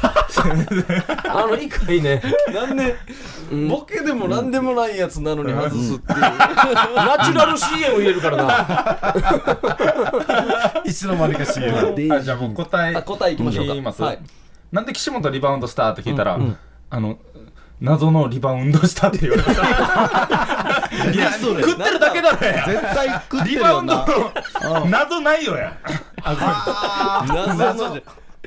S2: あーあの理回ね
S1: なんで、ボケでもなんでもないやつなのに外すっていう、
S2: ナチュラル CM 入れるからな
S4: いつの間にか CM。
S3: あじゃあもう答え
S1: あ答えいきましょうか
S3: 言います、
S1: はい
S3: なんで岸本リバウンドしたって聞いたら、あの謎のリバウンドしたって言われ ましたいや食ってるだけだろや
S5: 絶対食ってる
S3: リバ
S5: よ
S3: ウンド
S5: な。
S3: の謎ないよや
S1: 謎の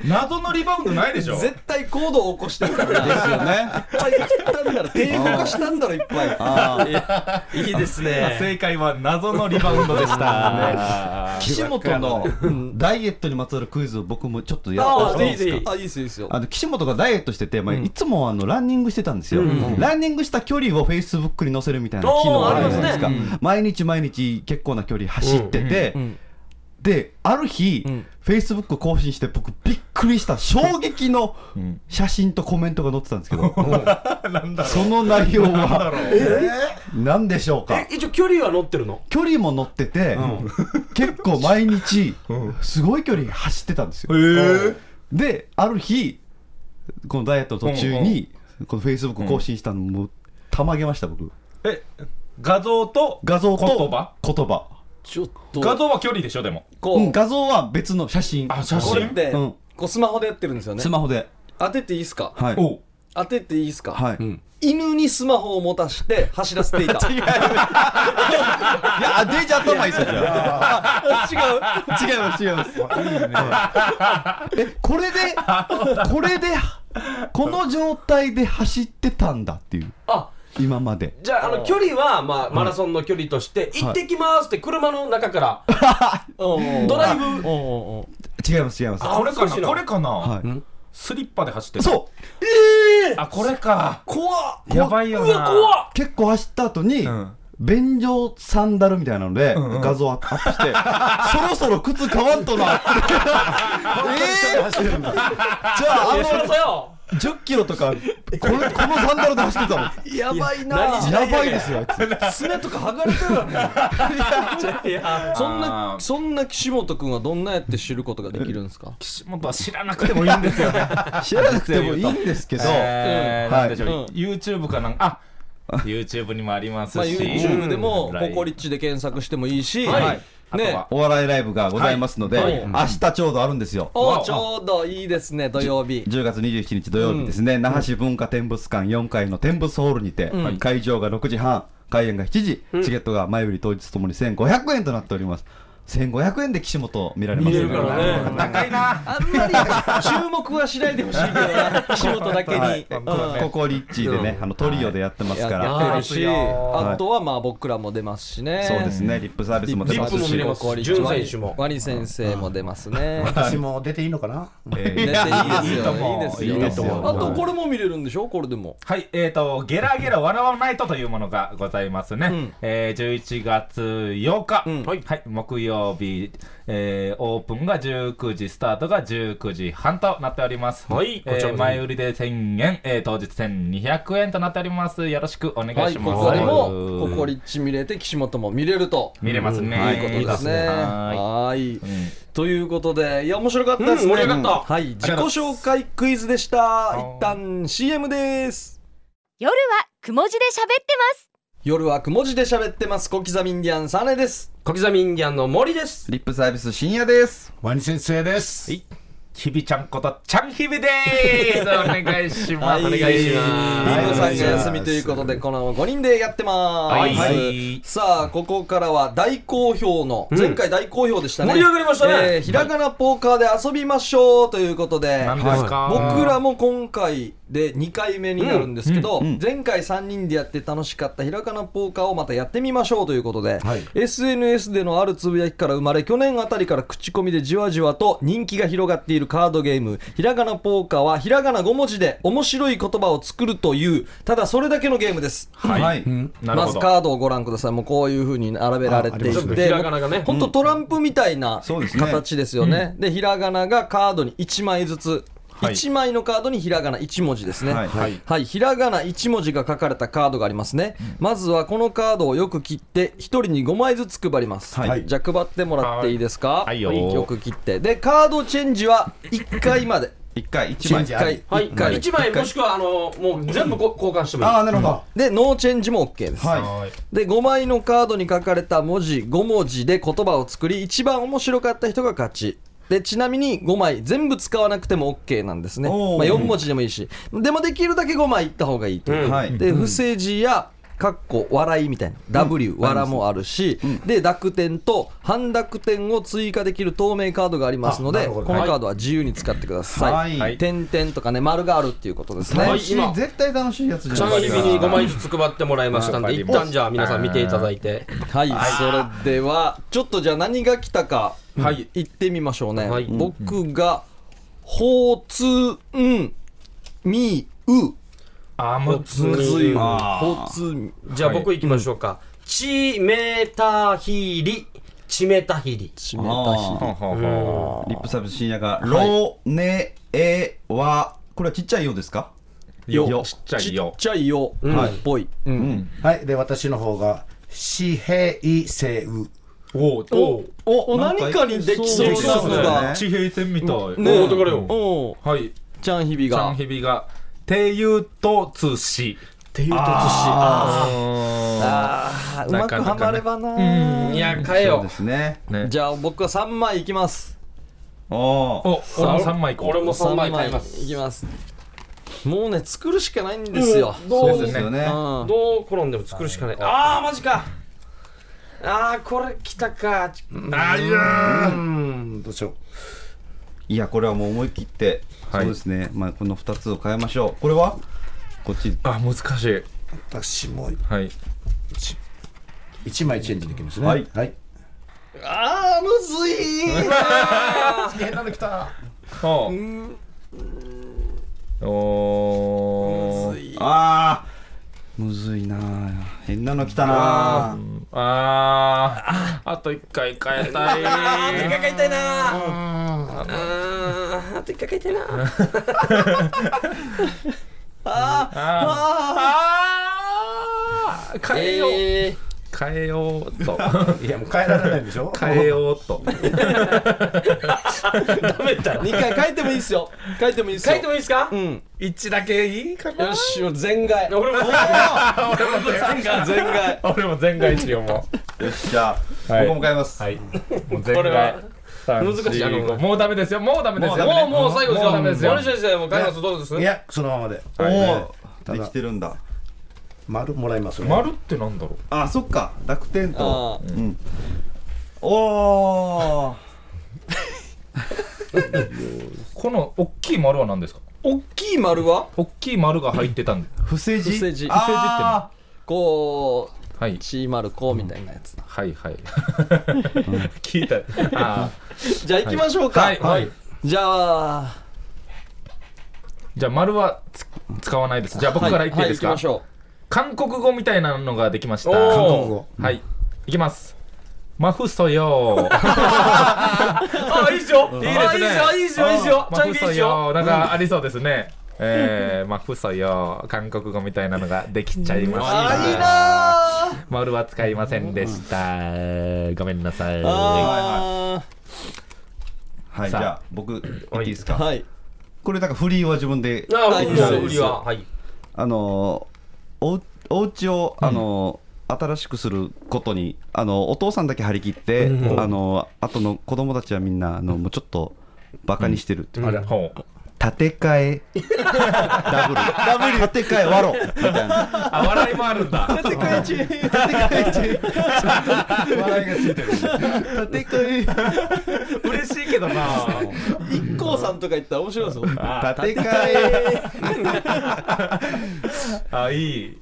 S3: 謎のリバウンドないでしょ
S1: 絶対行動を起こしてるから
S5: ですよね。
S1: いっぱい食ったんだろ低語化したんだろいっぱい
S5: あー
S2: いいです
S3: あ
S2: ね
S3: 正解は謎のリバウンドでした
S5: 岸本のダイエットにまつわるクイズを僕もちょっとやった
S2: あ
S5: ん
S2: あ
S5: で
S2: ぜ
S5: す
S2: ひぜひ
S1: あいいですよいいですよ
S5: あの岸本がダイエットしてて、まあ、いつもあのランニングしてたんですよ、ランニングした距離をフェイスブックに載せるみたいな機能があるじゃないですか、
S3: おーありますね
S5: 毎日毎日結構な距離走ってて、
S1: ん
S5: である日、
S1: ん
S5: フェイスブック更新して僕びっくりした衝撃の
S3: ん
S5: 写真とコメントが載ってたんですけど、
S3: なんだろ
S5: その内容は
S3: う
S5: 何でしょうか
S2: え一応距離は乗ってるの
S5: 距離も乗ってて、結構毎日すごい距離走ってたんですよ、
S3: え
S5: である日このダイエットの途中にこのフェイスブック更新したのもたまげました僕
S3: ーえ画像と
S5: 画像と
S3: 言葉
S5: 言葉
S1: ちょっと
S3: 画像は距離でしょでも
S1: こう、
S5: うん画像は別の写真
S3: あ写
S1: これっ
S3: 真
S1: て、
S5: うん
S1: こうスマホでやってるんですよね
S5: スマホで
S1: 当てていいですか
S5: はい
S3: お
S1: 当てていいですか、
S5: はい、い
S1: 犬にスマホを持たして走らせていた違う
S5: やあデイジ頭いいですよじゃあ違います違いますえこれでこれでこの状態で走ってたんだっていう
S2: あ
S5: 今まで
S2: じゃああの距離は、まあ、マラソンの距離として「行ってきます」って車の中からドライブ
S5: 違います違います
S2: あ
S3: これか
S2: 少し
S3: な
S2: の
S3: これかな、
S5: はい
S3: スリッパで走ってる
S5: そう
S3: あこれか
S2: 怖っ
S3: やばいよ
S2: う
S3: な
S2: わ怖っ
S5: 結構走った後に、
S3: ん
S5: 便所サンダルみたいなので、
S3: うん
S5: 画像アップして、そろそろ靴買わんとなって。えー、 じゃあ、あ
S2: いやそりゃそう
S5: の、
S2: よ
S5: 10キロとか、これこのサンダルで走ってたの。
S1: やばいな
S2: 何時代
S5: やばいですよ、あいつ。
S1: すねとか剥がれてるわね
S2: いや
S1: そんな
S3: あー
S1: そんな岸本君はどんなやって知ることができるんですか
S3: 岸本は知らなくてもいいんですよね
S5: 知らなくてもいいんですけど、
S3: えー
S5: はい
S3: なんでしょう、
S1: うん
S3: YouTube かなんかあ YouTube にもありますし、
S1: まあ、YouTube でも
S3: うん
S1: 「ココリッチ」で検索してもいいし、
S3: はいあと
S1: ね
S3: は
S5: お笑いライブがございますので、
S1: はいはい
S5: 明日ちょうどあるんですよ。
S1: おちょうどいいですね土曜日
S5: 10月27日土曜日ですね、那覇市文化展物館4階の展物ホールにて、会場が6時半開演が7時、チケットが前売り当日ともに1500円となっております1500円で岸本を見られます
S2: 見れるからね
S3: 高いな
S1: あんまり注目はしないでほしいけどな岸本だけ
S5: はい
S1: に、
S5: こ
S1: うん
S5: ここリッチでね、あのトリオでやってます
S1: や
S5: から、
S1: やってるし
S5: はい
S1: あとはまあ僕らも出ますしね
S5: そうですねリップサービスも出
S1: リ
S5: ま
S1: ップ
S5: す
S1: も
S5: し
S1: 見れます
S2: ココ
S1: し
S2: リッチ
S1: 潤
S2: ワ
S1: 選
S2: ニ
S1: 手もワニ先生も出ますね
S4: 私も出ていいのかな。
S5: え
S1: 出ていい
S5: ー
S1: です
S3: と
S1: よいい
S3: 思う
S1: です
S5: いいです
S1: よ
S5: よ
S1: あとこれも見れるんでしょこれでも
S3: はいえー、とゲラゲラ笑わないとというものがございますね、えー、11月8日、はい木曜日、えーオープンが19時スタートが19時半となっております、
S2: はい
S3: え
S2: こちら
S3: ー
S2: も
S3: 前売りで1000円、えー当日1200円となっておりますよろしくお願
S1: はいい
S3: し
S1: こ
S3: ま
S1: こ
S3: す、
S1: でもココリッチ見れて岸本も見れると
S3: 見れますね、
S1: ということですね
S3: は
S1: はい
S3: いうん
S1: ということでいや面白かったですね
S2: うん盛り上がった
S1: はい自己紹介クイズでした一旦 CM です
S7: 夜はくも字で喋ってます
S1: 夜はくも字で喋ってます小刻みインディアンサネです
S2: 小刻みインディアンの森です
S5: リップサービス深夜です
S4: ワニ先生です。
S3: ひびちゃんことちゃんひ びですお願いします
S1: お願いします
S4: はい
S1: リンゴさんが休みということでこの5人でやってます、
S3: はいはい
S1: さあここからは大好評の、前回大好評でしたね
S2: 盛り上がりましたね
S1: えーひらがなポーカーで遊びましょうということで
S3: 何ですか
S1: 僕らも今回で2回目になるんですけど、
S5: うんうん
S1: 前回3人でやって楽しかったひらがなポーカーをまたやってみましょうということで、
S4: はい
S1: SNS でのあるつぶやきから生まれ去年あたりから口コミでじわじわと人気が広がっているカードゲームひらがなポーカーはひらがな5文字で面白い言葉を作るというただそれだけのゲームです。
S3: はい
S4: ん
S3: なる
S1: ま
S3: ほ
S1: ず
S3: ど
S1: カードをご覧ください、もうこういうふうに並べられてい
S4: ああり
S1: て、
S4: ますね
S2: ひらがながね
S1: 本当、トランプみたいな
S5: そうですね
S1: 形ですよね、でひらがながカードに1枚ずつ、
S3: はい
S1: 1枚のカードにひらがな1文字ですね。
S5: は
S1: はいい
S4: はい
S1: ひらがな1文字が書かれたカードがありますね、まずはこのカードをよく切って1人に5枚ずつ配ります、
S4: はい
S1: じゃあ配ってもらっていいですか
S3: はいはいよ
S1: く切ってでカードチェンジは1回まで
S5: 一回一
S1: 1
S5: 枚
S4: チェンジ
S1: 回
S2: はい、
S1: 1回
S2: 一枚もしくはあのもう全部こ交換してもいい
S4: ああなるほど、
S1: でノーチェンジも OK です、
S4: はい
S3: はい
S1: で5枚のカードに書かれた文字5文字で言葉を作り一番面白かった人が勝ちでちなみに5枚全部使わなくても OK なんですね、まあ、
S5: おー
S1: 4文字でもいいしでもできるだけ5枚いった方がいいという、
S5: はい
S1: で不正字やかっこ笑いみたいな W、わらもあるし、で濁点と半濁点を追加できる透明カードがありますの
S4: あな
S1: で
S4: るほ
S1: こ
S4: ど
S1: のカードは自由に使ってください、
S5: はい
S1: 点々とかね丸があるっていうことですね、
S2: は
S5: 楽
S2: い
S5: しい絶対楽しいやつじ
S2: チ
S5: ゃ
S2: ャ
S5: ない
S2: ン
S5: で
S2: ヒ
S5: す
S2: ビ
S5: か
S2: に5枚ずつ配ってもらいましたんで一旦じゃあ皆さん見ていただいて
S1: はい、それではちょっとじゃあ何が来たか、
S2: はい
S1: 行ってみましょうね、
S2: はい
S1: 僕が「ほうつんみう
S3: あむず
S1: むずい
S5: あー
S1: ほうつん
S2: じゃあ
S3: はい
S2: 僕行きましょうかチメタヒリチメタヒリ
S1: ちめたし
S5: あー
S3: ほうほうほ
S5: リップサービス深夜がロネエはこれはちっちゃいようですか
S3: うよ
S5: よ
S3: ちっちゃ
S1: ち
S3: い
S1: っ
S3: よ
S1: ちゃいよっぽい、うん
S4: はいで私の方が紙幣せう
S3: おお
S2: おう
S1: おお
S5: なんか
S1: 何かにできそう
S5: でき
S1: な
S5: そう
S1: の
S5: ですね
S1: が
S3: 地平線みたい
S1: ね
S2: おうだからよ
S1: おう
S3: はい
S1: ちゃんひび
S3: ちゃ
S1: が
S3: んひびがてゆとつし
S2: っていうとつしあ
S1: あーうま
S3: な
S1: く
S3: かなか
S1: はま
S3: ね
S1: ればな
S2: ーいや変え
S5: そう
S2: よ
S5: ですね
S3: ね
S1: じゃあ僕は3枚いきます
S5: おお
S3: お俺も三枚こ
S2: 俺も
S3: う
S2: 三枚買います
S1: 三枚いきますもうね作るしかないんですよ、
S2: うど
S5: そううですよね
S1: うん
S2: どう転んでも作るしかないああマジかああこれ来たか
S3: あいや
S4: うんどうしよ
S5: いやこれはもう思い切って
S3: は
S5: そ
S3: いう
S5: ですねまあこの二つを変えましょうこれはこっち
S3: あ難しいう
S4: 私も
S3: はい
S4: 一枚チェンジできますね
S5: はい
S4: はい、
S1: あーむずい
S4: 変なの来た
S3: おおー
S5: ああむずいなあ変なの来たなあ
S3: あーあと一回変えたい
S2: かか痛いなあーあと一回か痛いな
S3: ああー変えよう、
S1: え
S3: 変えようと
S4: いやもう変えられないでしょ
S3: 変えようと
S2: ダメだ
S1: ー、2回書いてもいいですよ書いてもいいですよ
S2: 書いてもいいですか
S1: うん
S3: 一だけいいかな
S1: よし俺全外
S2: 俺も
S1: 全外
S3: 俺も全外一よも
S5: よっしゃ
S3: はい
S5: 僕も変えます
S3: はいもう全
S2: これは
S3: 外三
S2: 難しいあの
S3: 四五もうダメですよもうダメですよ
S2: もうもう最後ですよ
S3: もうダメですよ
S2: 森先生もう開発どうです
S4: いやそのままで
S5: お
S3: はい
S5: おできてるんだ
S4: 丸もらいますね
S3: 丸ってなんだろう
S5: あそっか濁点と
S1: あー
S5: うんおお
S3: この大きい丸は何ですか
S1: 大きい丸は
S3: 大きい丸が入ってたんで
S5: 不正字
S1: 不正字
S5: あ
S1: こう
S3: はい
S1: ち丸こうみたいなやつ、
S3: はいはい聞いたあ
S1: じゃあ行きましょう
S3: ー
S1: か、
S3: はいはい
S1: じゃあ
S3: じゃあ丸はつ使わないですじゃあ僕から言っていいですか、
S1: はい、行きましょ
S3: 韓国語みたいなのができました
S2: おー
S4: 韓国語
S3: はいいきますマフソヨー
S2: あいいですよいい
S3: ですね
S2: いいですよいいですよいいですよチ
S3: マ
S2: ャン
S3: フ
S2: ピーいいです
S3: ソ
S2: よ
S3: ヨーなんかありそうですね、えー、マフソヨー韓国語みたいなのができちゃいました
S1: あいいなー
S3: 丸は使いませんでしたごめんなさい
S1: あ
S5: ーはいじ
S3: さあ
S5: ゃあ僕いいです
S1: ー
S5: か
S1: はい
S5: これだからフリーは自分で
S2: ああいいです
S1: は
S2: よ
S1: い
S2: 売りははい
S5: あのーおお家をあのー新しくすることにあのお父さんだけ張り切って、あの後の子供たちはみんなあのもうちょっとバカにしてるって、
S4: あれ
S3: ほう
S5: 立て替えダブルダブル立て替えわろみたいな
S3: あ笑いもあるんだ
S1: 世界一
S4: 笑いがついてる
S5: 立て替え
S3: 嬉しいけどな
S1: 一光さんとか言ったら面白いぞ
S5: 立て替え
S3: あいい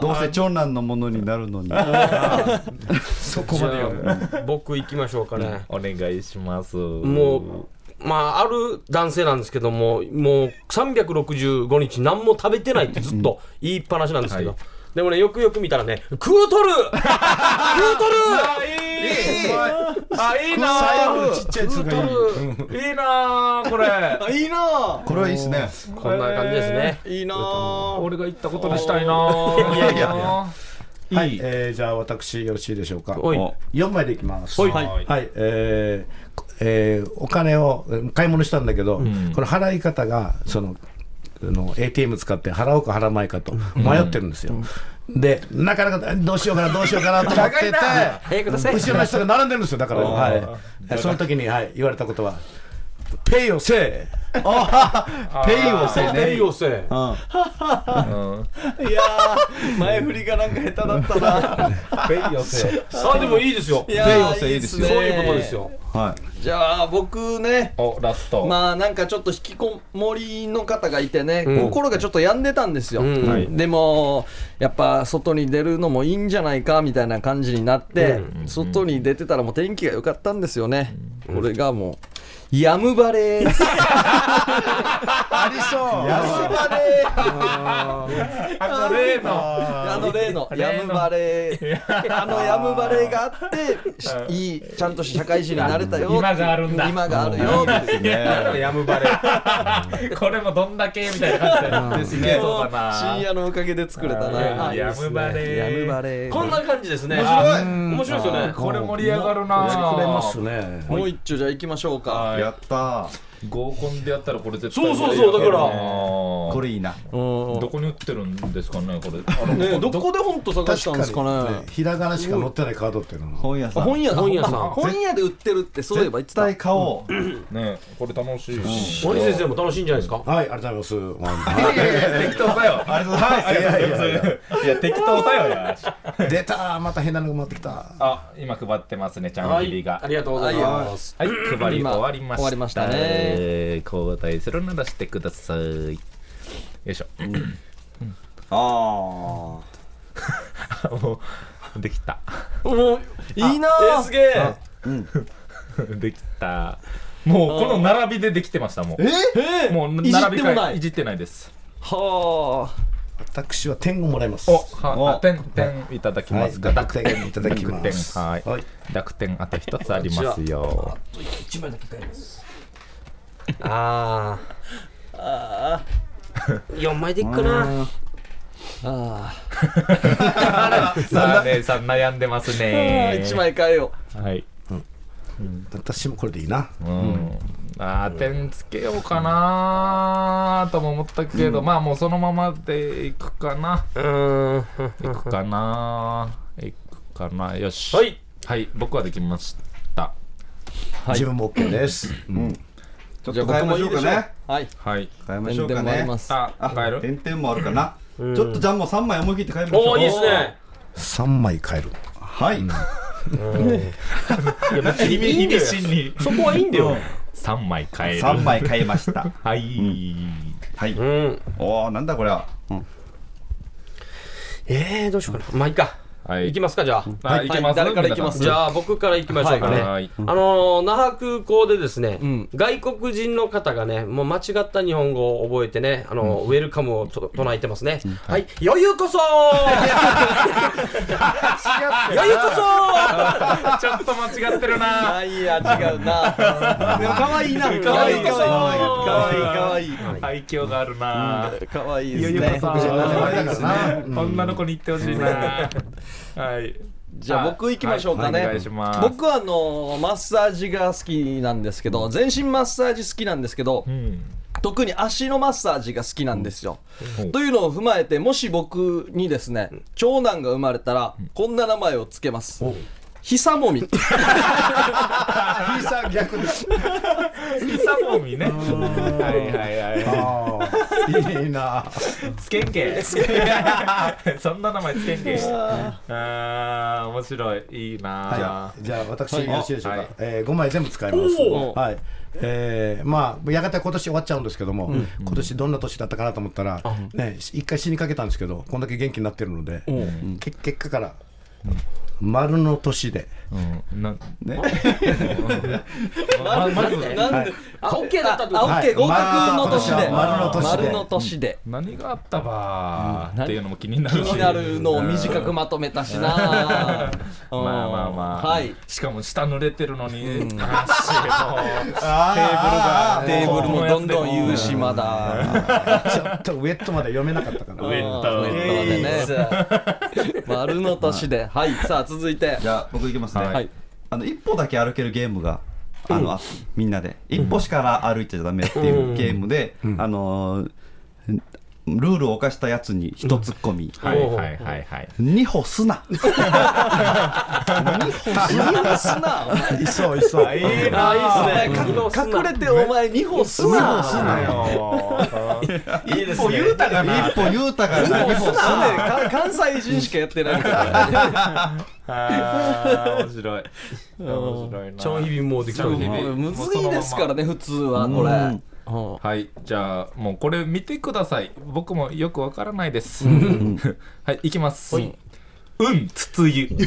S5: どうせ長男のものになるのに
S2: そこまでよ僕行きましょうかね
S3: お願いします
S2: もう、まあ、ある男性なんですけども、もう365日、何も食べてないってずっと言いっぱなしなんですけど、でもね、よくよく見たらね、食う とる食うとる
S3: あいいあいいな
S4: 最後のちっちゃい
S2: 食
S4: つ
S2: う
S4: がいい
S2: とる
S3: いいなこれ
S1: あいいな
S5: これはいいですね
S2: こんな感じですね。
S1: いいな
S3: 俺が行ったことにしたいない
S2: いやい
S3: や
S4: はい、えー、じゃあ私よろしいでしょうか。
S2: おい
S4: 4枚でいきます。
S2: はい
S4: はい、えーこえーお金をえー買い物したんだけど、この払い方がその。あの ATM 使って払おうか払うまいかと迷ってるんですよ、でなかなかどうしようかなどうしようかなと思ってて
S2: 早くください。
S4: 後ろの人が並んでるんですよだから、はい、その時に、はい、言われたことは「ペイをせ
S5: ペイをせ
S2: ペ
S5: ね
S2: イをせ。
S1: いやー前振りがなんか下手だったな
S3: ペイ寄せ
S2: あ、でもいいですよ。
S1: いや
S5: ペイ
S1: ー
S5: をせいいです
S2: そ
S5: よ
S2: ういうことですよ。
S5: は
S1: じゃあ僕ね
S3: おラスト
S1: まあなんかちょっと引きこもりの方がいてね、
S2: うん
S1: 心がちょっと病んでたんですよ、
S2: うんはい
S1: でもやっぱ外に出るのもいいんじゃないかみたいな感じになって、外に出てたらもう天気が良かったんですよね、これがもうやむバレー
S4: ありそう
S1: バレー
S3: あ例の
S1: あの例の
S3: 例の
S1: やむバレーあのやむバレーがあってしいいちゃんと社会人になれたよ
S3: 今があるんだ
S1: 今があるよって
S5: いね
S3: やむバレこれもどんだけみたいな感じでですね
S1: そ
S3: そううだ
S1: 深
S3: な
S1: 夜のおかげで作れたな
S3: やむバレ
S1: やむバレー
S2: こんな感じですね。面
S3: 白い
S2: 面白いですよね。
S3: これ盛り上がるな
S4: 作れますね
S1: もう一丁じゃあ行きましょうか、
S3: はい
S5: やった
S3: 合コンでやったらこれ絶対
S2: そうそうそうだから
S3: あー
S5: これいいな
S3: どこに売ってるんですかねこれあの
S1: ね、どこで本と探したんですかね
S4: ひらがなしか載ってないカードっていうのは
S5: 本屋さ
S1: あ
S5: ん
S1: 本屋だ
S2: 本屋さん
S1: 本屋で売ってるってそういえば言って
S5: 絶
S1: た
S5: 対買おう
S3: ねこれ楽しいし
S2: 森先生も楽しいんじゃないですか。
S4: はいありがとうございます、
S3: いやいやいや適当だよありがとうございます
S4: いやいやいや
S3: いや適当だよや
S4: 出たーまた変なのが持ってきた
S3: あ今配ってますねちゃん
S2: は
S3: 入り
S2: い。
S3: が
S2: ありがとうございます。
S3: はい、配り
S1: 今
S3: 終わりました。
S1: 終わりましたね
S3: えー交代するならしてください。よいしょ。
S5: ああ
S3: もうできた。
S1: いいな
S2: えー、すげえ。
S3: できた。もうこの並びでできてましたもう。えもう並び
S1: いじってもな
S3: 替
S1: い
S3: えいじってないです。
S1: は
S4: 私は天狗もらいます
S3: お、は
S5: お
S3: あ、点点いただきますか。
S4: 濁点いただきま
S3: 濁
S4: す
S3: 点はい
S4: はい
S3: 濁点あと一つあります よ。
S2: 一枚だけ買います。ああ。四枚でいくかな。
S1: ああ
S3: さあねさん悩んでます
S1: あ
S3: ね。
S1: 一。枚買えよ
S3: はい。
S4: 私もこれでいいな
S3: うん、あー点つけようかなーとも思ったけど、まあもうそのままでいくかな
S2: うーん。
S3: いくかなーいくかなよし
S2: はい、
S3: はい、僕はできました
S4: 自分も OK です
S5: ちょっ
S1: じゃあ
S5: と買い
S1: 僕も
S5: まし
S1: い
S5: ょ
S1: いうで
S5: か
S1: しょう
S5: ね
S1: はい
S3: はい
S5: 買いまし
S1: 何
S5: ょう
S1: で
S5: か
S1: もあり
S5: ね
S1: ます
S3: あ変える
S5: 点々もあるかなちょっとじゃあもう3枚思い切って買いましょう
S2: おお、いいですね。
S4: 3枚買える
S5: はい
S2: いや、別にいいんだよ。
S3: に
S2: そこはいいんだよ。
S3: 3枚変える
S5: 3枚買いました
S3: はい、
S5: はい
S2: うん。
S5: おおなんだこれは
S2: えー、どうしようかな。まあ、いいか。
S3: はい
S2: いきますか、じゃあ。
S3: はい、いきます、
S1: 誰からいきます
S2: じゃあ、僕から行きましょうかね。
S3: はい
S2: あのー那覇空港でですね、
S1: ん
S2: 外国人の方がね、もう間違った日本語を覚えてね、あのーウェルカムをと唱えてますね。はい、余裕こそ余裕こそ
S3: あちょっと間違ってるな
S1: あいや違うな でも可愛いな
S3: 可愛い
S1: 可愛い可愛い
S3: 愛嬌があるな
S1: 可愛い可愛いで
S3: ゆ
S1: す
S3: ゆか
S1: ね
S3: さん
S4: からな
S3: 女の子に言ってほしい なはい
S1: じゃあ僕行きましょうかね、
S3: はいお願いします
S1: 僕はあのマッサージが好きなんですけど全身マッサージ好きなんですけど、
S3: うん
S1: 特に足のマッサージが好きなんですよ、
S3: うん
S1: というのを踏まえてもし僕にですね長男が生まれたらこんな名前をつけますひさもみ。
S4: ピーサー逆だ。
S6: ピサモミね。はいはいは
S4: ああ、いいな。
S6: い。つけん け。そんな名前つけんけ。ああ、面白い。いい
S4: じ
S6: な
S4: ゃあ。じゃあ私よろしいでしょうか、
S6: はい
S4: えー、5枚全部使います
S1: お、ー
S4: はいえーまあ、やがて今年終わっちゃうんですけども、今年どんな年だったかなと思ったら、ね、一回死にかけたんですけどこんだけ元気になってるので、け結果から丸の年で、
S6: う んな
S5: ね、
S6: ままず
S1: なんで、あ、オッケーだったってことあ、オッケー、合格の年で。
S4: 丸の年で
S1: 丸の年で。
S6: 何があったばーっていうのも気にな
S1: 気
S6: るし
S1: になるのを短くまとめたしな。
S6: まあまあまあ、
S1: はい。
S6: しかも下濡れてるのに、あーしもう
S4: あ
S1: テーブルもどんどん言うし、
S6: うん
S1: まだ。
S4: ちょっとウェットまで読めなかったか
S1: ウ
S4: な
S6: ェット
S1: でね。丸の年で。はい、さあ続いて
S5: じ。ゃあ僕いきますね、
S1: はい。
S5: あの一歩だけ歩けるゲームがあの、あみんなで一歩しか歩いちゃダメっていうゲームで、あのールールを犯したやつに一ツッコミ、
S6: はいはいはいはい。
S5: 二歩すな
S1: 二歩すな。お前
S4: いそういそう
S6: いいな
S1: あ
S2: あ
S1: あ、
S2: い
S1: い
S2: い
S1: い
S2: っすね
S1: ですね。隠れてお前二歩すな。
S5: すな
S6: よ。いい
S5: 一
S6: ですね。
S5: 歩言うたかな一歩言うたかな
S1: 二歩すなね。か関西人しかやってないからね。
S6: あー面白い。面白いな。
S2: ちょんひびもうできた
S6: ちょんひび
S1: もうむずいですからね、普通はこ
S5: うん
S1: れ。うん
S6: はい、じゃあもうこれ見てください。僕もよくわからないです。 はい、いきます。うん、つつゆ。
S5: いやで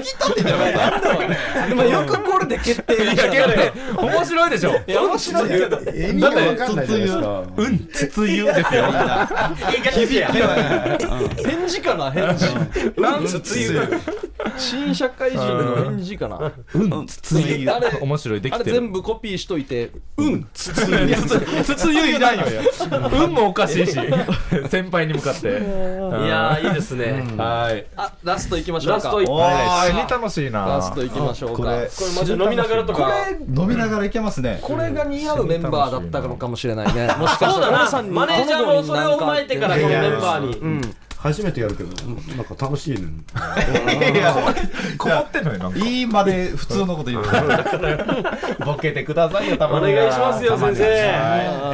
S5: きたってじゃないか
S1: でもよくこれで決定した
S6: いや
S1: ね。
S6: 面白いでしょ。
S1: いや面白いけど。
S4: 意味が分かんないじゃないですか
S6: うん、つつゆですよ。
S1: 返事かな返事。
S6: なんつつゆ。
S1: 新社会人の返事かな。
S5: うんつつゆ
S1: あれ
S6: 面白いで
S1: あ
S6: き
S1: れ
S6: てる。
S1: 全部コピーしといて、うん、つつ
S6: いやつつゆいらんよ。運もおかしいし、 先輩に向かって。
S2: い
S6: い
S2: やーいいですね
S6: はい。
S1: あ、ラストいきましょうか。
S2: ラストい
S6: お
S2: こ
S6: ー、に楽しいな。
S1: ラストいきましょうか。こ
S5: これ
S1: れ、
S2: れマジで飲みながらとか
S5: 飲みながらいけますね
S1: これが似合うメンバーだったのかもしれないね。もしかし
S2: そう
S1: た
S2: だ
S1: ら、
S2: なマネージャーもそれを踏まえてからこのメンバー
S4: い
S2: に
S1: うん。
S4: 初めてやるけどなんか楽しいね
S6: こもってんのよ、なんか
S5: いいまで普通のこと 言う
S6: ボケてくださいよ、たまに
S2: お願いしますよ
S6: た
S2: 先
S6: に
S2: 生
S6: はい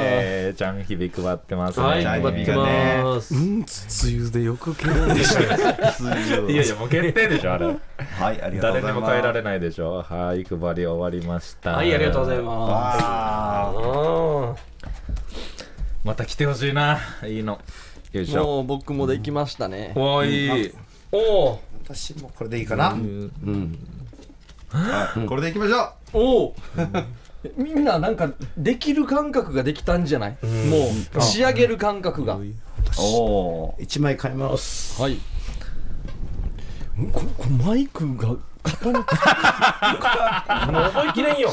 S6: えー、ちゃん日々配ってますね。
S2: はい
S6: ちゃん
S2: 配って
S6: 日々がね
S2: ます
S1: うん、つゆでよく決定した。
S5: つつゆ
S6: いやいや、もう決定でしょ、あ れ。
S5: はいありがとうござ
S6: 誰に
S5: います
S6: も変えられないでしょ。はい、配り終わりました。
S2: はいありがとうござい
S6: す。
S2: ます
S5: あー
S2: あ
S6: また来てほしいな。いいの。よいしょ。
S1: もう僕もできましたね。
S6: おい。
S2: ーお
S4: 私もこれでいいかな、
S5: はいこれでいきましょう
S1: おおみんななんかできる感覚ができたんじゃないもう仕上げる感覚が
S5: おお
S4: 一枚買います
S1: はいここマイクが
S2: ーもう覚えきれんよ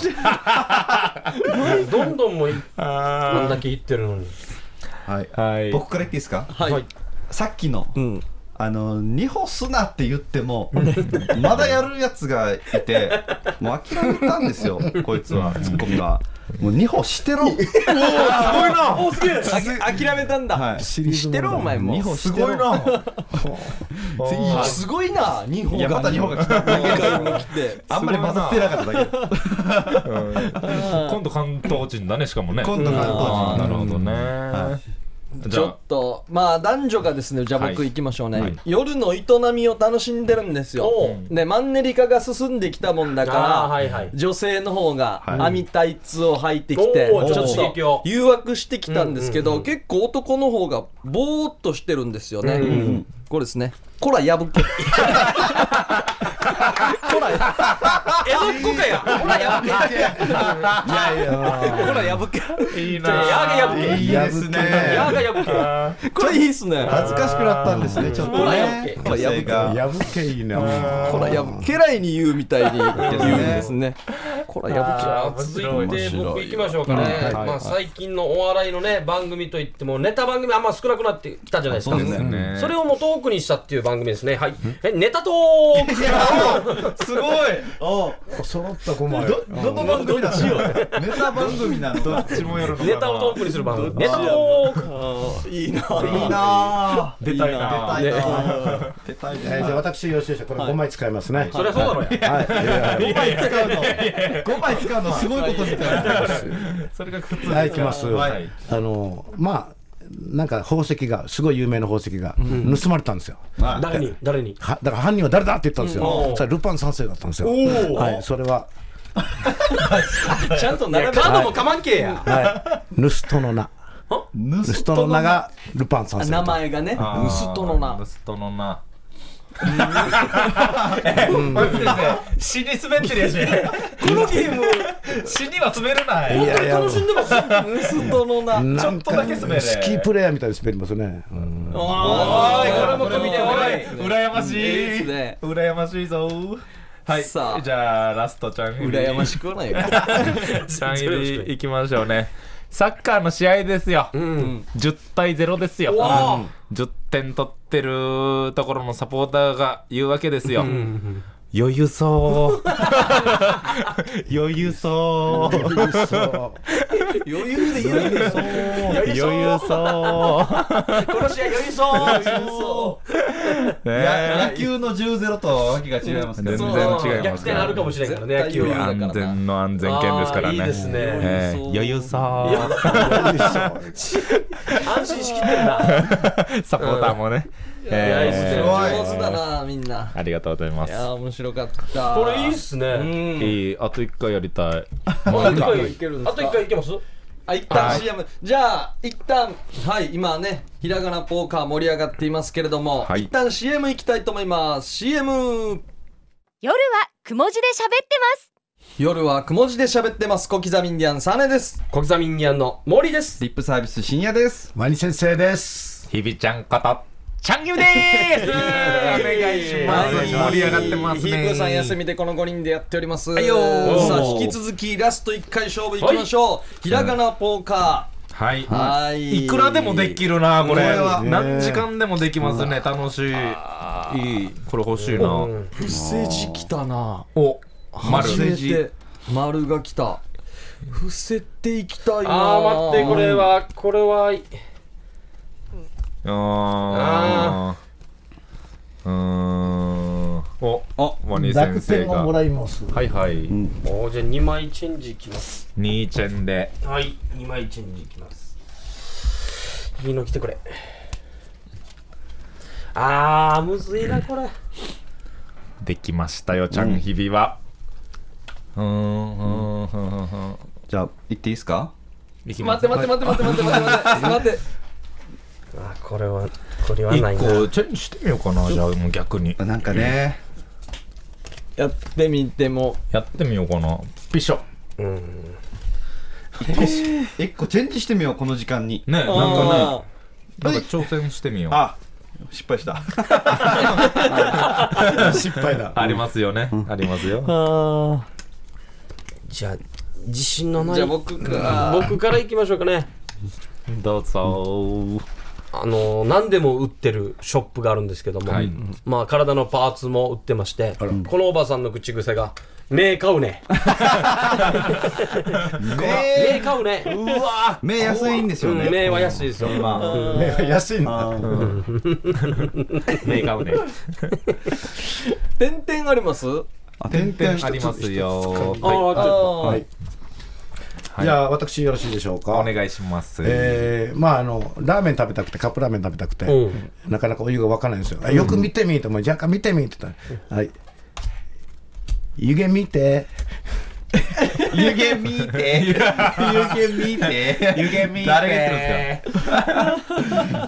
S2: どんどんもういこん
S6: あ
S2: だけいってるのに
S5: はい
S6: ーはい。
S5: 僕から言っていいですか
S1: はい、
S5: さっきの
S1: うん
S5: あの二歩すなって言ってもまだやるやつがいてもう諦めたんですよこいつはツッコミはもう二歩してろ
S1: おすげえ諦めたんだ、
S5: はい
S1: してろお前も
S5: 二
S1: う
S5: 歩
S1: す
S5: し
S1: ご
S5: てろ
S1: いすごいな日本
S5: いやま
S1: が
S5: た二歩が来た
S1: 二回も来て
S5: あんまり混ざってなかっただけ
S6: うん今度関東人だね、しかもね。
S5: 今度関東人
S6: あーなるほどね。じ
S1: ち
S6: ゃ
S1: ょ
S6: あ
S1: っ。とまあ男女がですねじゃあ僕
S6: はい
S1: 行きましょうね、
S6: はい
S1: 夜の営みを楽しんでるんですよ
S2: お
S1: でマンネリ化が進んできたもんだから、
S2: あーはいはい
S1: 女性の方が
S5: はい
S1: 網タイツを履いてきて、
S2: おー
S1: ちょ
S2: ちょっと
S1: っ
S2: 刺激を
S1: と誘惑してきたんですけど、
S2: うんうん
S1: 結構男の方がぼーっとしてるんですよね、
S2: うんうん
S1: これですねこら破けこら
S2: 江戸っ子かやほらやっ
S1: こら破け
S6: いい
S2: ちょ
S6: な。
S2: やがや
S5: いいですね
S2: やがやぶけ
S1: これいいっすね
S5: 恥ずかしくなったんですねちょっとね
S1: ほら
S5: 女
S1: やっ
S5: 性が
S4: やぶけいいな
S1: こら破け家来に言うみたいに言うんですねこら
S2: あ
S1: 破
S2: ー
S1: け
S2: 続いて僕行きましょうかね、
S6: い
S2: まあ、最近のお笑いのね番組といってもネタ番組あんま少なくなってきたじゃないですか
S5: そうですよね
S2: それをもうトークにしたっていう番組ですねはいえネタトーク
S5: すごい
S4: 揃った5枚
S5: どどの番組なのネタ番組なのどっちもやる
S2: ネタをトークにする番組。ネタトーク。いいな。
S5: いいなぁ
S3: 出たいな
S5: 出たいなぁ出たい
S4: えーじゃあ私よしよしこれ5枚使いますね
S2: そりゃそうだろうや。
S4: はい
S5: 5枚使うの5枚使うのすごいことみたいな
S3: それが普通
S4: はい、行きます。
S3: はい
S4: あの、まあ、なんか宝石が、すごい有名な宝石が、盗まれたんですよ。
S2: 誰に誰に。
S4: はだから犯人は誰だって言ったんです
S2: うんお
S4: よ
S2: う。
S4: それルパン三世だったんですよ。
S2: おう
S4: はい、それは、
S1: ちゃんと
S2: いや
S1: 並べ
S2: カードもかまんけえや。
S4: はい、盗人の名。盗人の名がルパン三世だ
S1: 名
S4: った。
S1: 前がね
S3: あー
S1: 盗人の名
S3: 盗人の名
S6: 死に滑ってるや し。
S2: このゲーム
S6: 死には滑るない。
S4: いやいや、
S2: 楽しんでます。
S1: 盗人の名
S4: なん
S6: ちょっとだけ滑
S4: か
S6: る
S4: スキープレイヤーみたいに滑りますね。うん
S1: あー
S6: これも込みで
S1: おい
S6: 羨まし
S1: いいで
S6: い
S1: すね。
S6: 羨ましいぞ。はい。じ
S1: さあ
S6: ゃあラストちゃん。
S1: 羨ましくはないよ
S6: ちゃん入りいきましょうね。サッカーの試合ですよ。
S2: うん。
S6: 10対0ですよ、
S2: わあ
S6: 10点取ってるところのサポーターが言うわけですよ、余裕そう余裕そう
S4: そう
S1: 余裕でいいです
S6: 余裕そう
S2: この試合余裕そう。
S5: 野球の10-0とはわけが違いますけ
S6: 全
S5: ど
S6: 然
S2: そう
S6: 違い
S2: 逆
S6: ます
S2: 転
S6: か
S2: ある
S6: ら
S2: かもしれんからね
S1: 絶対
S2: 野球
S1: 余裕
S2: は。
S6: 安全の安全圏ですからね
S2: あーいいですね
S6: ええ余裕そう
S2: 安心しきってるな。
S6: サポーターもね、
S1: いやいいっす
S6: え
S1: ね
S6: え
S1: 上手だなみんな
S6: ありがとうございま
S1: い
S6: す
S1: やー面白かった
S2: これいいっすね。
S1: うん
S6: いいあと一回やりたい
S2: あと一
S1: もう一回いけるん
S2: 回
S1: ですか
S2: あと一回いけます。
S1: あ一旦
S6: はい
S1: CM じゃあ一旦はい今ねひらがなポーカー盛り上がっていますけれども
S6: はい
S1: 一旦 CM いきたいと思います CM
S7: 夜はくも字で喋ってます
S1: 夜はくも字で喋ってます小刻みインディアンサネです
S2: 小刻みインディアンの森です。
S5: リップサービス深夜です
S4: ワニ先生です。
S6: ひびちゃんことちゃんぎゅうでーすお願いします
S1: はい
S6: 盛り上がってますね
S1: ヒープーさん休みでこの5人でやっております。
S2: いよー
S1: さあ、引き続きラスト1回勝負いきましょう。ひらがなポーカ
S6: はい
S1: ー。はい。
S6: いくらでもできるなこれ
S4: は
S6: 何時間でもできますね楽しいいいこれ欲しいな
S2: うん
S1: 伏せ字きたな。
S6: お丸
S1: 初めて丸がきた。伏せていきたいな。
S2: ああ待ってこれ。はこれは
S6: あーうーんお
S5: あ
S6: ワニ先生が
S4: います。
S6: はいはい
S2: おじゃあ2枚チェンジいきます
S6: ニーチェンで
S2: はい2枚チェンジいきますいいの来てくれあーむずいなこれ
S6: できましたよちゃんひびはうーんうーんうーん
S5: じゃあ行っていいですか
S6: できま
S1: 待っ
S6: す
S1: て待って待って待って待って待って待って。待って。
S2: あこれはこれは
S6: 一
S2: ないな
S6: 個チェンジしてみようかなじゃあもう逆に
S5: なんかね
S1: やってみても。
S6: やってみようかなピショ
S5: 1個チェンジしてみようこの時間に
S6: ねなんかね
S1: あ
S6: なんか挑戦してみよう
S5: あ失敗した
S4: 失敗だ。
S6: ありますよねありますよ
S2: あじゃあ自信の
S1: ー
S2: ない
S1: じゃあ僕か。
S2: 僕からいきましょうかね
S6: どうぞ
S2: あのー何でも売ってるショップがあるんですけども、
S6: はい
S2: まあ、体のパーツも売ってましてこのおばさんの口癖が「目買うね」目買うね
S5: うわ目安いんですよ
S2: うん
S5: ね
S2: 目は安いですよ
S5: 今
S4: 安いな。
S5: あ
S6: 目買うね
S1: 点々あります
S5: 点々
S6: ありますよ
S2: ああ
S1: は。
S4: はいい。じゃあ私よろしいでしょうか。
S6: お願いします
S4: えーまああのラーメン食べたくてカップラーメン食べたくて、
S2: うん
S4: なかなかお湯が沸かないんですよ、あよく見てみても若干見てみって言ったら、はい湯気見て
S5: 湯気見て湯気見て湯気見て誰が言ってるんですか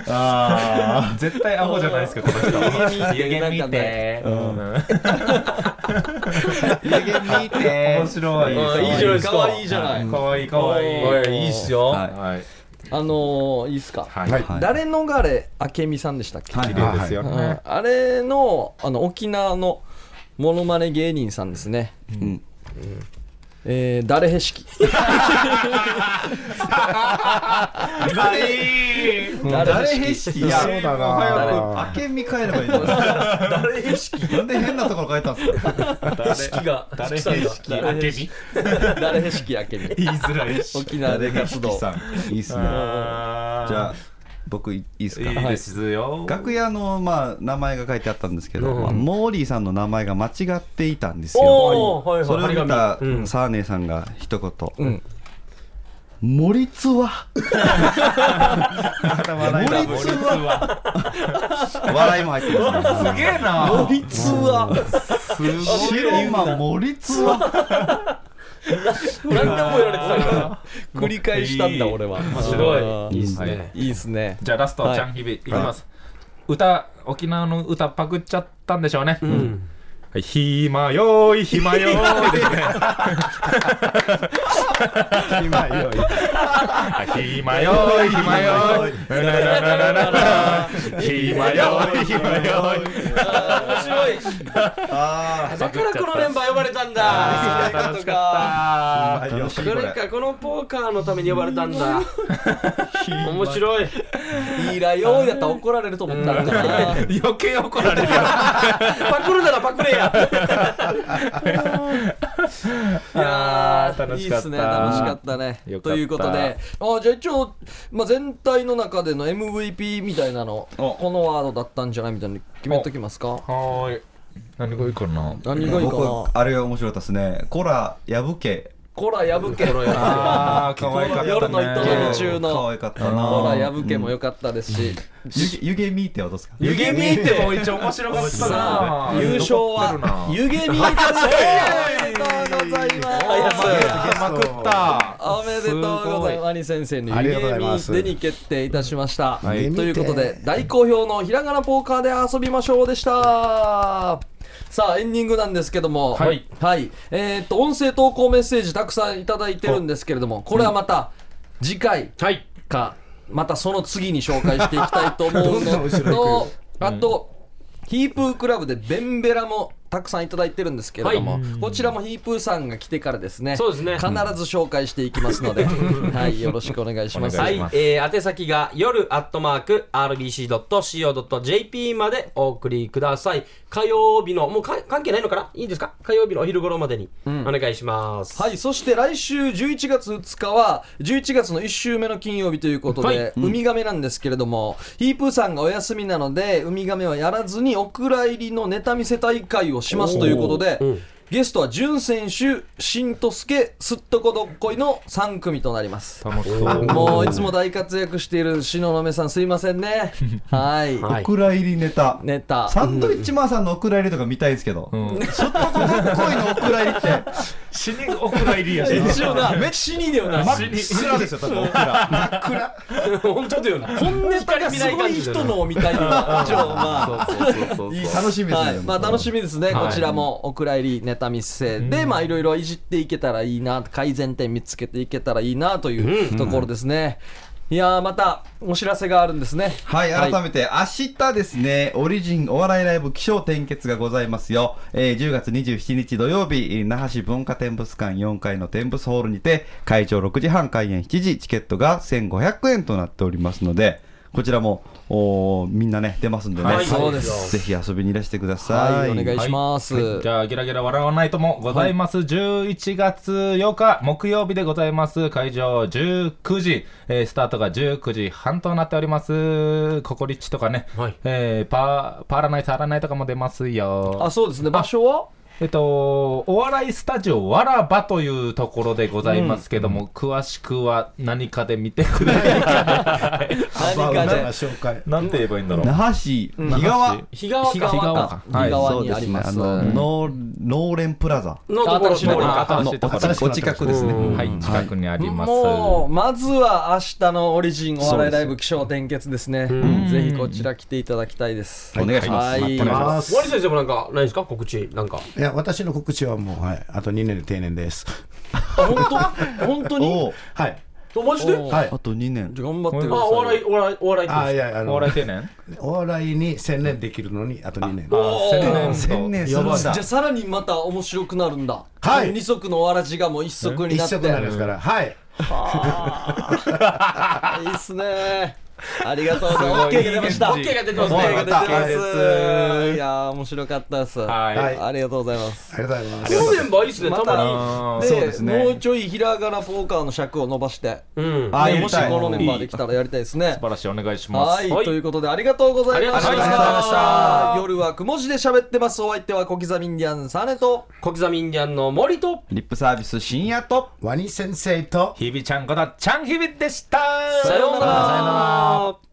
S5: あ
S6: 絶対アホじゃないですかこの人
S1: 湯気見て
S5: ー湯気見て
S6: 面白い
S2: あいいじゃないですか
S1: 可愛いじゃない。
S6: かわいいかわいい
S2: おいいいっすよ、
S5: はい
S6: はい
S1: あのー、いいっすか。
S6: はい
S4: はい
S5: はい
S1: 誰のがれ明美さんでしたっけ、
S5: はい
S6: 綺麗ですよね
S1: あれのあの沖縄のモノマネ芸人さんですね、
S5: うん
S1: えー、誰へしき
S5: 誰へしきいや
S4: そうだな
S5: 早く明美変えればいいのに
S2: 誰意識
S5: なんで変なところ変えたんですか
S2: 意識が
S3: 誰へ
S2: さんが
S3: しきあけみ
S1: 誰へしきあけみ
S3: 言いづ らいし
S1: 沖縄で活動
S3: さん
S5: いいっすねじゃあ僕いいっすか
S3: いいですよ
S5: 楽屋のまあ名前が書いてあったんですけど、
S2: うん
S5: まあモーリーさんの名前が間違っていたんですよ。
S2: おーはいはい
S5: それを見た
S2: 張り紙うん
S5: サーネさんが一言、
S1: うん
S5: 森津は
S4: 頭
S5: 森
S3: こいつ
S5: 津は
S3: は
S5: 笑いも入ってますね。
S3: すげえな
S1: 森津は
S5: 白間森津は
S2: 何でもやられてたか
S1: 繰り返したんだ俺は
S2: ら白いいいっす
S3: は
S2: ね
S3: い
S1: いいですね
S3: じゃあラストちゃんひびいきます歌沖縄の歌パクっちゃったんでしょうね
S2: うん
S3: はい暇よい暇よいですね
S4: 今よい
S3: 暇よい暇よいララララララ暇よい暇よい
S2: 面白い
S5: あ
S2: だからこのメンバー呼ばれたんだ
S3: 楽しかっ
S5: ー楽しい
S2: こ
S5: こ
S2: れ
S5: れ
S2: かこのポーカーのために呼ばれたんだ面白い
S1: いいらよーやったら怒られると思ったんだな
S3: た余計怒られるよ
S2: パクるならパクれやいやー
S3: 楽
S1: い
S3: し
S1: い
S3: か
S1: っ
S3: っ
S1: す
S3: た
S1: ね楽しかったね
S3: よかっ
S1: と
S3: た
S1: いうことであじゃあ一応、まあ、全体の中での MVP みたいなの
S3: お
S1: このワードだったんじゃないみたいに決めときますか
S3: はーい何がいいかな
S1: 何がいいかな
S5: 僕あれが面白かったですね。コラ破け。
S1: こら破け
S3: あー可愛かったね
S1: 夜の営み中の
S5: 可愛かった
S1: こら
S5: な。
S1: 破けも良かったですし、
S5: 湯気湯気見ってはどうですか。
S3: 湯気見っても一応面白かったな
S1: 優勝は湯気見
S4: 早
S3: まくった
S1: おめでとうございます。兄先生に
S4: ありがとうございま
S1: ゲ
S4: す
S1: ーミーでに決定いたしました。と
S4: い
S1: いうことで、大好評のひらがなポーカーで遊びましょうでした。さあ、エンディングなんですけども、
S3: はい。
S1: えーっと、音声投稿メッセージたくさんいただいてるんですけれども、これはまた次回
S2: はい
S1: か、またその次に紹介していきたいと思う
S4: どんどん
S1: の
S4: 後ろ
S1: と、あと、ヒープークラブでベンベラもたくさんいただいてるんですけれども、
S2: は
S1: こちらもヒープーさんが来てからですね
S2: そうですね
S1: 必ず紹介していきますの で、はい、よろしくお願いします。
S2: はい、えー、宛先が夜アットマーク RBC.CO.JP までお送りください。火曜日の、もうか関係ないのかないいですか火曜日のお昼頃までにお願いします。
S1: はい、そして来週11月2日は、11月の1週目の金曜日ということで、ウミガメなんですけれども、ヒープーさんがお休みなので、ウミガメはやらずに、お蔵入りのネタ見せ大会をしますということで、ゲストは準選手、新とすけ、すっとこどっこいの3組となります。
S3: 楽しそう
S1: もういつも大活躍している東雲さん、すいません ね。はい。
S2: はい
S5: オクラ入りネタ。
S1: ネタ。
S5: サンドイッチマンさんのオクラ入りとか見たいんですけど。ちょっとこの恋のオクラ 入りって。
S3: 死にお蔵入りやし
S1: 一応な、めっちゃにだよな。
S5: 真っ暗ですよ。だってオクラ。
S2: 本当だよな。
S1: 本ネタがすごい人 のを見たいな。一応まあ。
S5: 楽しみです
S1: はい、
S5: ね。
S1: まあ楽しみですね、こちらもお蔵入りネタ見せで、まあいろいろいじっていけたらいいな改善点見つけていけたらいいなというところですね、いやーまたお知らせがあるんですね
S5: はい、改めて、明日ですね、オリジンお笑いライブ気象転結がございますよ。えー10月27日土曜日、えー那覇市文化展物館4階の展物ホールにて、会場6時半開演7時、チケットが1500円となっておりますので、こちらも、おーみんなね、出ますんでね。
S2: はい
S1: そうです
S5: ぜひ遊びにいらしてくだ
S1: は
S5: さ
S1: い
S5: い。
S1: お願いします、
S3: じゃあ、ゲラゲラ笑わないともございます。11月8日、木曜日でございます。会場19時、えースタートが19時半となっております。ココリッチとかね、
S2: はい
S3: えーパー、パーラナイス、アラナイとかも出ますよ
S1: あ。そうですね場所は
S3: えっと、お笑いスタジオわらばというところでございますけども、詳しくは何かで見てください。
S1: 何かで
S4: 紹介
S3: なんて言えばいいんだろう
S5: 那。覇市、日川。
S2: 日川
S1: 日
S2: か
S1: 川
S3: 川
S1: か
S3: か
S1: 日
S3: はい
S1: 川
S5: そう
S1: に
S5: で
S1: あ
S5: す
S1: り
S5: ね
S1: ま、
S5: あ
S1: す
S5: の、ノーノーレンプラザ
S2: のとこ
S1: 新
S2: ろ
S1: しいところ
S2: の
S1: か
S3: 新
S5: の
S3: しいところ
S5: お近くですね。
S2: うん
S3: はい、近くにあります。
S1: もうまずは明日のオリジンお笑いライブ気象転結ですねぜひこちら来ていただきたいです
S5: お願いしま
S1: は
S5: す待って
S4: お願いし
S1: い
S4: ます
S2: 森先生もなんかないですか告知なんか。
S4: いや私の告知はもうはいあと2年で定年です
S1: 本当本当に
S5: おう
S4: はい
S2: マジであ
S4: はい
S5: あと2年
S1: 頑張ってください
S2: お笑いお笑いお笑いって
S4: あいやあ
S3: お
S4: の
S3: 笑い定年
S4: お笑いに専念できるのにあと2年
S2: おー
S5: 専念す
S4: や
S5: るん
S4: ばい
S5: だ
S1: じゃあさらにまた面白くなるんだ
S4: はい
S1: 二足のわらじがもう一足に
S4: 一
S1: なって
S4: 色なんですからはい
S1: あいいっすねありがとうございます OK が出ました
S2: オッケーが出てます
S1: OK が
S2: ね
S1: 出てます
S4: はい
S1: いやー面白かったです
S3: はい
S4: はい
S1: ありがとうございます
S4: ありがとうございます
S2: 去年もいいっすねた
S1: また
S2: ま
S3: あ
S1: で
S5: そうですね
S1: もうちょいひらがなポーカーの尺を伸ばして、
S2: にうん
S5: あ
S1: ね
S5: や
S1: も
S5: り
S1: した
S5: い
S1: このメンバーできたらやりたいですね
S3: 素晴らしいお願いしま
S1: は
S3: す
S1: い、ということでありがとうございました
S2: ありがとうございました
S1: 夜はくも字で喋ってますお相手は小刻みインディアンサネと
S2: 小刻みインディアンの森と
S5: リップサービス深夜と
S4: ワニ先生と
S3: 日々ちゃんことちゃん日々でした
S2: さよ
S1: さよう
S2: うな
S1: な
S2: ら